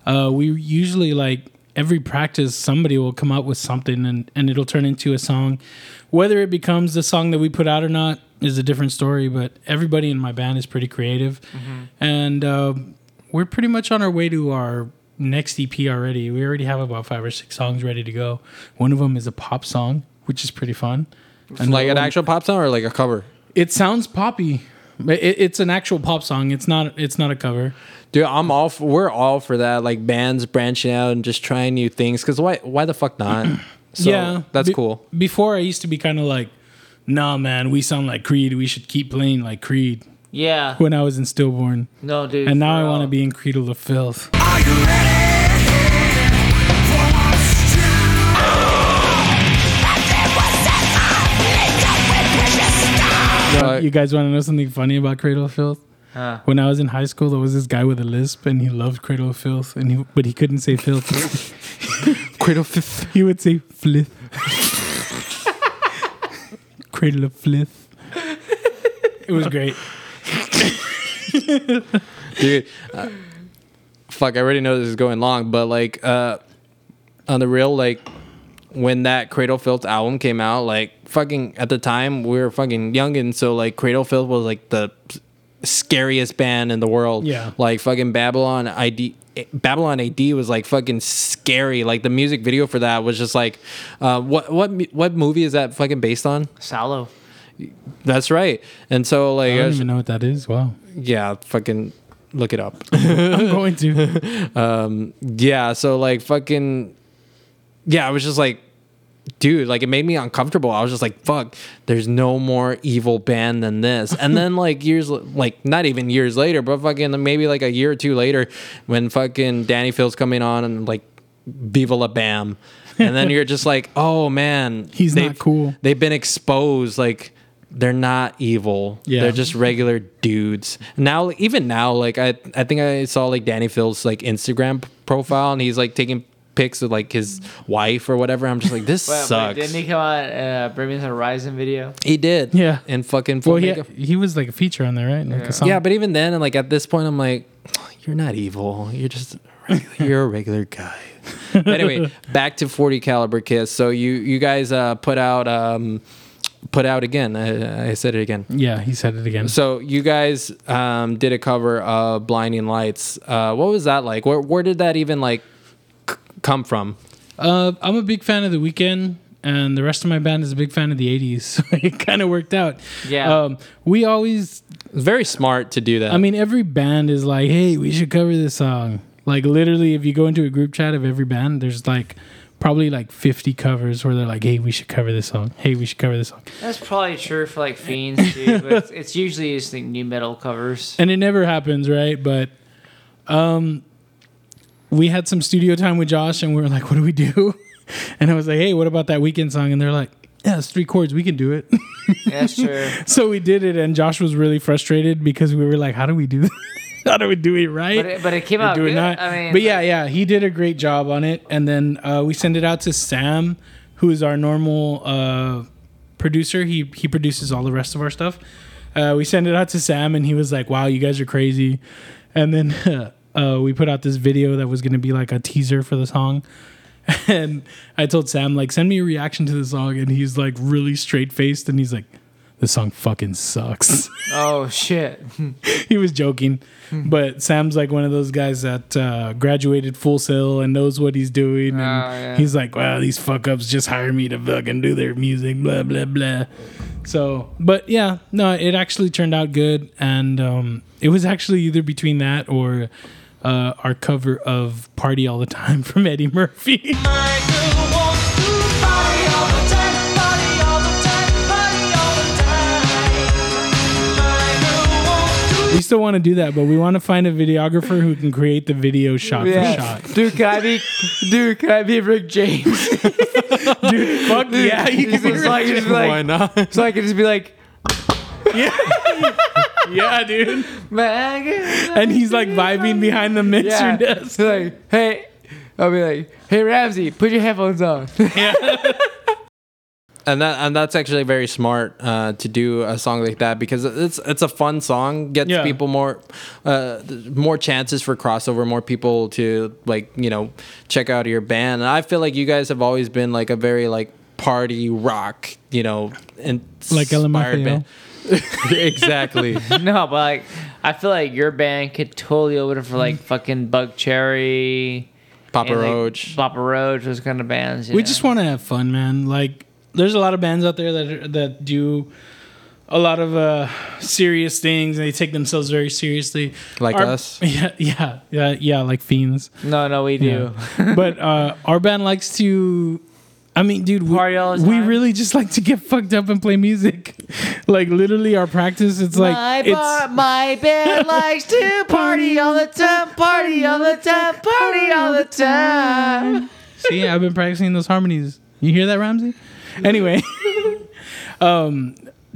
B: Uh, we usually like every practice, somebody will come up with something, and and it'll turn into a song. Whether it becomes the song that we put out or not is a different story. But everybody in my band is pretty creative,
A: Mm-hmm.
B: and um we're pretty much on our way to our next EP already. We already have about five or six songs ready to go. One of them is a pop song, which is pretty fun. And
A: like an
B: actual
A: actual pop song or like a cover?
B: it sounds poppy. But it, it's an actual pop song. It's not. It's not a cover.
A: Dude, I'm all for, we're all for that. Like bands branching out and just trying new things. Cause why why the fuck not? So that's
B: Be-
A: cool.
B: Before I used to be kind of like, nah, man, we sound like Creed. We should keep playing like Creed.
C: yeah.
B: When I was in Stillborn,
C: No, dude.
B: and now
C: for
B: I want to
C: real.
B: be in Creedle of Filth.
F: Are you ready for what's to
A: Uh,
B: you guys want to know something funny about Cradle of Filth? When I was in high school, there was this guy with a lisp, and he loved Cradle of Filth, and he but he couldn't say filth. Cradle of Filth. He would say flith. Cradle of Filth. It was great.
A: dude. uh, fuck, I already know this is going long, but like uh on the real, like when that Cradle Filth album came out, like fucking at the time we were fucking young and so like Cradle Filth was like the scariest band in the world.
B: Yeah.
A: Like fucking Babylon ID Babylon AD was like fucking scary. Like the music video for that was just like, uh, what what mu- what movie is that fucking based on?
C: Sallow.
A: That's right. And so like,
B: I
A: I
B: don't
A: was-
B: even know what that is. Wow.
A: yeah, fucking look it up.
B: I'm going to.
A: Yeah, so like fucking yeah, I was just like dude, like it made me uncomfortable. I was just like fuck, there's no more evil band than this. And then like years like not even years later, but fucking maybe like a year or two later when fucking Danny Phil's coming on and like Viva La Bam. And then you're just like, "Oh man,
B: He's not
A: they've-
B: cool.
A: They've been exposed like they're not evil.
B: Yeah.
A: They're just just regular dudes. Now, even now, like I, I think I saw like Danny Phil's like Instagram p- profile, and he's like taking pics of like his wife or whatever. I'm just like, this
C: Wait, wait,
A: sucks.
C: Didn't he come on uh, Bring Me the Horizon video?
A: he did,
B: Yeah.
A: and fucking full
B: Well, he,
A: makeup.
B: he was like a feature on there, right? Like a song.
A: Yeah, but even then, and like at this point, I'm like, you're not evil. You're just regular, you're a regular guy. anyway, back to 40 caliber kiss. So you you guys uh, put out um, put out again. I, I said it again.
B: Yeah, he said it again.
A: So you guys um, did a cover of Blinding Lights. Uh, what was that like? Where where did that even like c- come from?
B: Uh, I'm a big fan of The Weeknd, and the rest of my band is a big fan of the '80s. So it kind of worked out.
C: Yeah.
B: Um, we always
A: It's very smart to do that.
B: I mean, every band is like, hey, we should cover this song. Like, literally, if you go into a group chat of every band, there's like probably like 50 covers where they're like, hey, we should cover this song. Hey, we should cover this song.
C: That's probably true for like Fiends too, but it's, it's usually just like new metal covers.
B: And it never happens, right? But um, we had some studio time with Josh and we were like, what do we do? And I was like, hey, what about that weekend song? And they're like, yeah, it's three chords. We can do it.
C: Yeah, sure.
B: so we did it. And Josh was really frustrated because we were like, how do we do this? How do we do it right?
C: But it, but it came out
B: do it
C: good.
B: not.
C: I mean,
B: but yeah, yeah, he did a great job on it. And then uh, we send it out to Sam, who is our normal uh, producer. He he produces all the rest of our stuff. Uh, we send it out to Sam, and he was like, "Wow, you guys are crazy." And then uh, we put out this video that was going to be like a teaser for the song. And I told Sam like, "Send me a reaction to the song," and he's like really straight faced, and he's like, "This song fucking sucks."
C: oh shit.
B: he was joking. But Sam's like one of those guys that uh, graduated full sail and knows what he's doing. And
C: Oh, yeah.
B: he's like, wow, these fuck ups just hire me to fucking do their music, blah, blah, blah. So, but yeah, no, it actually turned out good. And um, it was actually either between that or uh, our cover of Party All the Time from Eddie Murphy. we still want to do that, but we want to find a videographer who can create the video shot for shot.
C: Dude, can I be? Dude, can I be Rick James?
B: Dude, fuck yeah, you
C: He's
B: can be
C: just like, he's
A: why
C: like,
A: not?
C: so I can just be like,
B: Yeah, dude.
C: Megan.
B: And he's like vibing behind the mixer
C: Yeah.
B: desk.
C: like, hey, I'll be like, hey Ramsey, put your headphones on.
A: and that and that's actually very smart uh, to do a song like that because it's it's a fun song gets
B: Yeah.
A: people more uh, more chances for crossover more people to like you know check out your band and I feel like you guys have always been like a very like party rock you know and
B: Like LMFAO.
A: exactly
C: no, but like, I feel like your band could totally open for like fucking Bug Cherry,
A: Papa
C: and, like,
A: Roach
C: Papa Roach, those kind of bands.
B: We just want to have fun, man. Like, there's a lot of bands out there that are, that do a lot of uh, serious things. and They take themselves very seriously.
A: Like
B: Our-
A: us?
B: Yeah, yeah, yeah, yeah. Like fiends.
C: No, no, we do.
B: but uh, our band likes to. I mean, dude, we,
C: Party all the
B: we
C: time?
B: really just like to get fucked up and play music. like literally, our practice. It's like
C: my,
B: it's
C: bar, my band likes to party all the time, party all the time, party all the time.
B: See, I've been practicing those harmonies. You hear that, Ramsey? Anyway, um,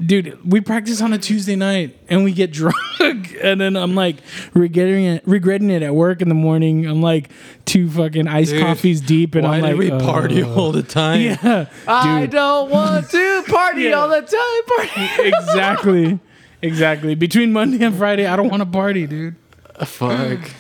B: dude, we practice on a Tuesday night and we get drunk, and then I'm like regretting it, regretting it at work in the morning. I'm like two fucking iced
A: Dude,
B: coffees deep, and
A: why
B: I'm
A: do
B: like,
A: we party
B: uh,
A: all the time
B: Yeah,
C: I
B: Dude.
C: don't want to party
B: Yeah.
C: all the time, party.
B: exactly, exactly. Between Monday and Friday, I don't want to party, dude.
A: Fuck.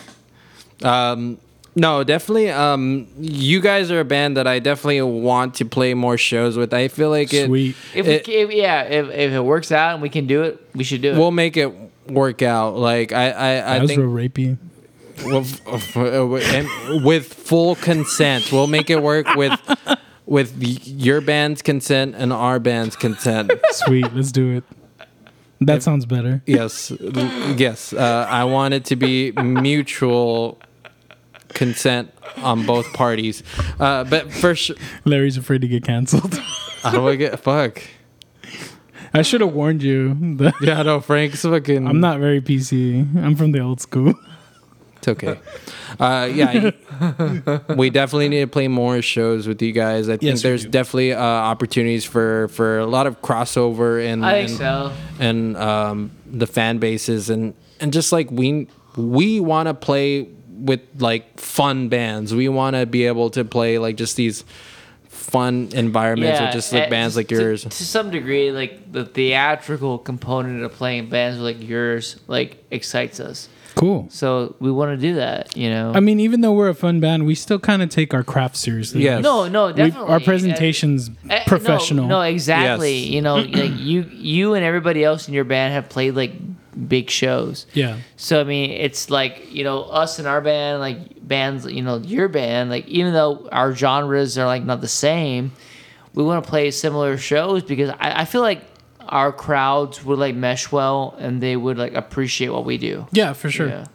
A: um, no, definitely. Um, you guys are a band that I definitely want to play more shows with. I feel like it.
B: Sweet.
C: If, we
A: It-
C: ca- if yeah, if, if it works out and we can do it, we should do it.
A: We'll make it work out. Like I, I,
B: That
A: I
B: was real
A: think uh,
B: rapey.
A: well, and with full consent, we'll make it work with with y- your band's consent and our band's consent.
B: Sweet, let's do it. That sounds better.
A: Yes, yes. Uh, I want it to be mutual consent on both parties. Uh, but first,
B: Larry's afraid to get canceled.
A: how do I get fuck?
B: I should have warned you. that-
A: Yeah, no, Frank's fucking.
B: I'm not very PC. I'm from the old school.
A: It's okay. Uh, yeah, I- we definitely need to play more shows with you guys. I think
B: Yes, we
A: there's
B: do.
A: definitely uh, opportunities for for a lot of crossover and
C: I think
A: and,
C: so.
A: and um, the fan bases and and just like we we want to play with like fun bands. We want to be able to play like just these fun environments with just like
C: eh,
A: bands like
C: to-
A: yours.
C: To, some degree, like the theatrical component of playing bands like yours, like excites us.
B: Cool.
C: So we want to do that, you know.
B: I mean, even though we're a fun band, we still kind of take our craft seriously.
A: Yes.
C: no, no,
B: We-
C: definitely.
B: our presentation's
C: Eh, no,
B: professional.
C: No, exactly.
A: Yes.
C: You know, like you, you and everybody else in your band have played like big shows.
B: Yeah.
C: So I mean, it's like you know us and our band, like bands, you know your band, like even though our genres are like not the same, we want to play similar shows because I, I feel like our crowds would like mesh well and they would like appreciate what we do.
B: Yeah, for sure.
C: Yeah.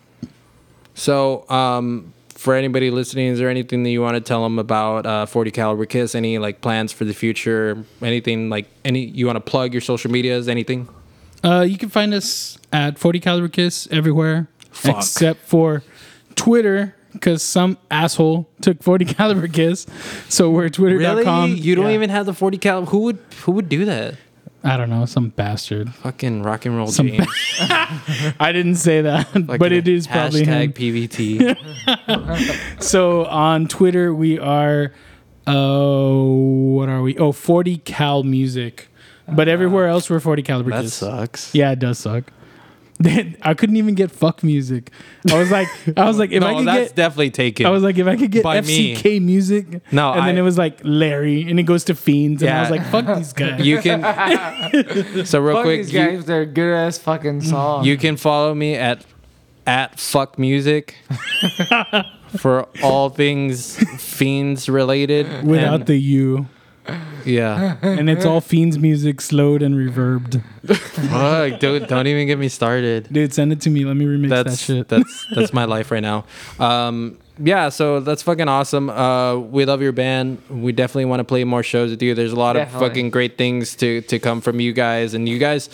A: So, um, for anybody listening, is there anything that you want to tell them about uh, 40 Caliber Kiss? Any like plans for the future? Anything like any you want to plug your social medias? Anything?
B: Uh, you can find us at 40 Caliber Kiss everywhere except for Twitter because some asshole took 40 Caliber Kiss. So we're twitter.com.
A: You don't
B: Yeah.
A: even have the 40 Caliber. Who would who would do that?
B: I don't know, some bastard.
A: Fucking rock and roll
B: Some
A: James.
B: I didn't say that, but
A: Fucking
B: it is probably him.
A: hashtag PVT.
B: So on Twitter, we are, oh, what are we? Oh, 40 Cal Music. But everywhere else, we're 40 Caliber
A: that
B: Kiss.
A: sucks.
B: Yeah, it does suck. I couldn't even get fuck music. I was like, I was like, if
A: no,
B: I could
A: that's
B: get,
A: definitely taken.
B: I was like, if I could get
A: By me.
B: FCK music,
A: No,
B: and then
A: I-
B: it was like Larry, and it goes to Fiends, and I was
A: Yeah.
B: like, fuck these guys.
A: you can. so real
C: Fuck
A: quick,
C: these
A: you-
C: guys, they're good ass
B: Mm.
C: fucking song.
A: You can follow me at at fuck music for all things fiends related.
B: without
A: And-
B: the U,
A: yeah,
B: and it's all Fiends music, slowed and reverbed.
A: Fuck, don't don't even get me started.
B: Dude, send it to me. Let me remix that
A: That's
B: shit.
A: that's that's my life right now. Um, yeah, so that's fucking awesome. Uh, we love your band. We definitely want to play more shows with you. There's a lot
C: Definitely.
A: of fucking great things to to come from you guys, and you guys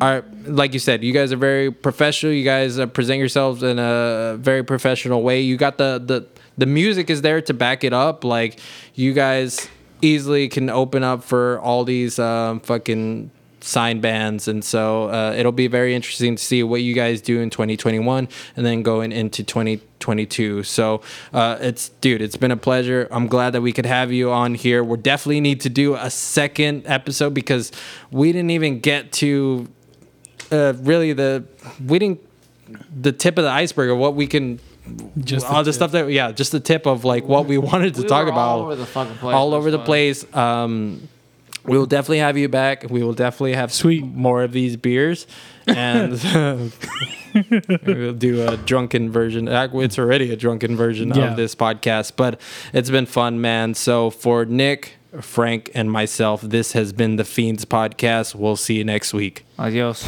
A: are like you said you guys are very professional you guys uh, present yourselves in a very professional way you got the the the music is there to back it up like you guys easily can open up for all these um, fucking sign bands and so uh, it'll be very interesting to see what you guys do in 2021 and then going into 2022 so uh, it's dude it's been a pleasure i'm glad that we could have you on here we definitely need to do a second episode because we didn't even get to uh, really the we didn't the tip of the iceberg of what we can
B: Just
A: all
B: the
A: the stuff that yeah just the tip of like what we wanted to
C: We
A: talk
C: were
A: about
C: all over the fucking place
A: all
C: this
A: over the
C: one.
A: place um we will definitely have you back we will definitely have
B: Sweet.
A: more of these beers and we'll do a drunken version Ac- it's already a drunken version
B: Yeah.
A: of this podcast but it's been fun man so for nick frank and myself this has been the fiends podcast we'll see you next week
C: Adios.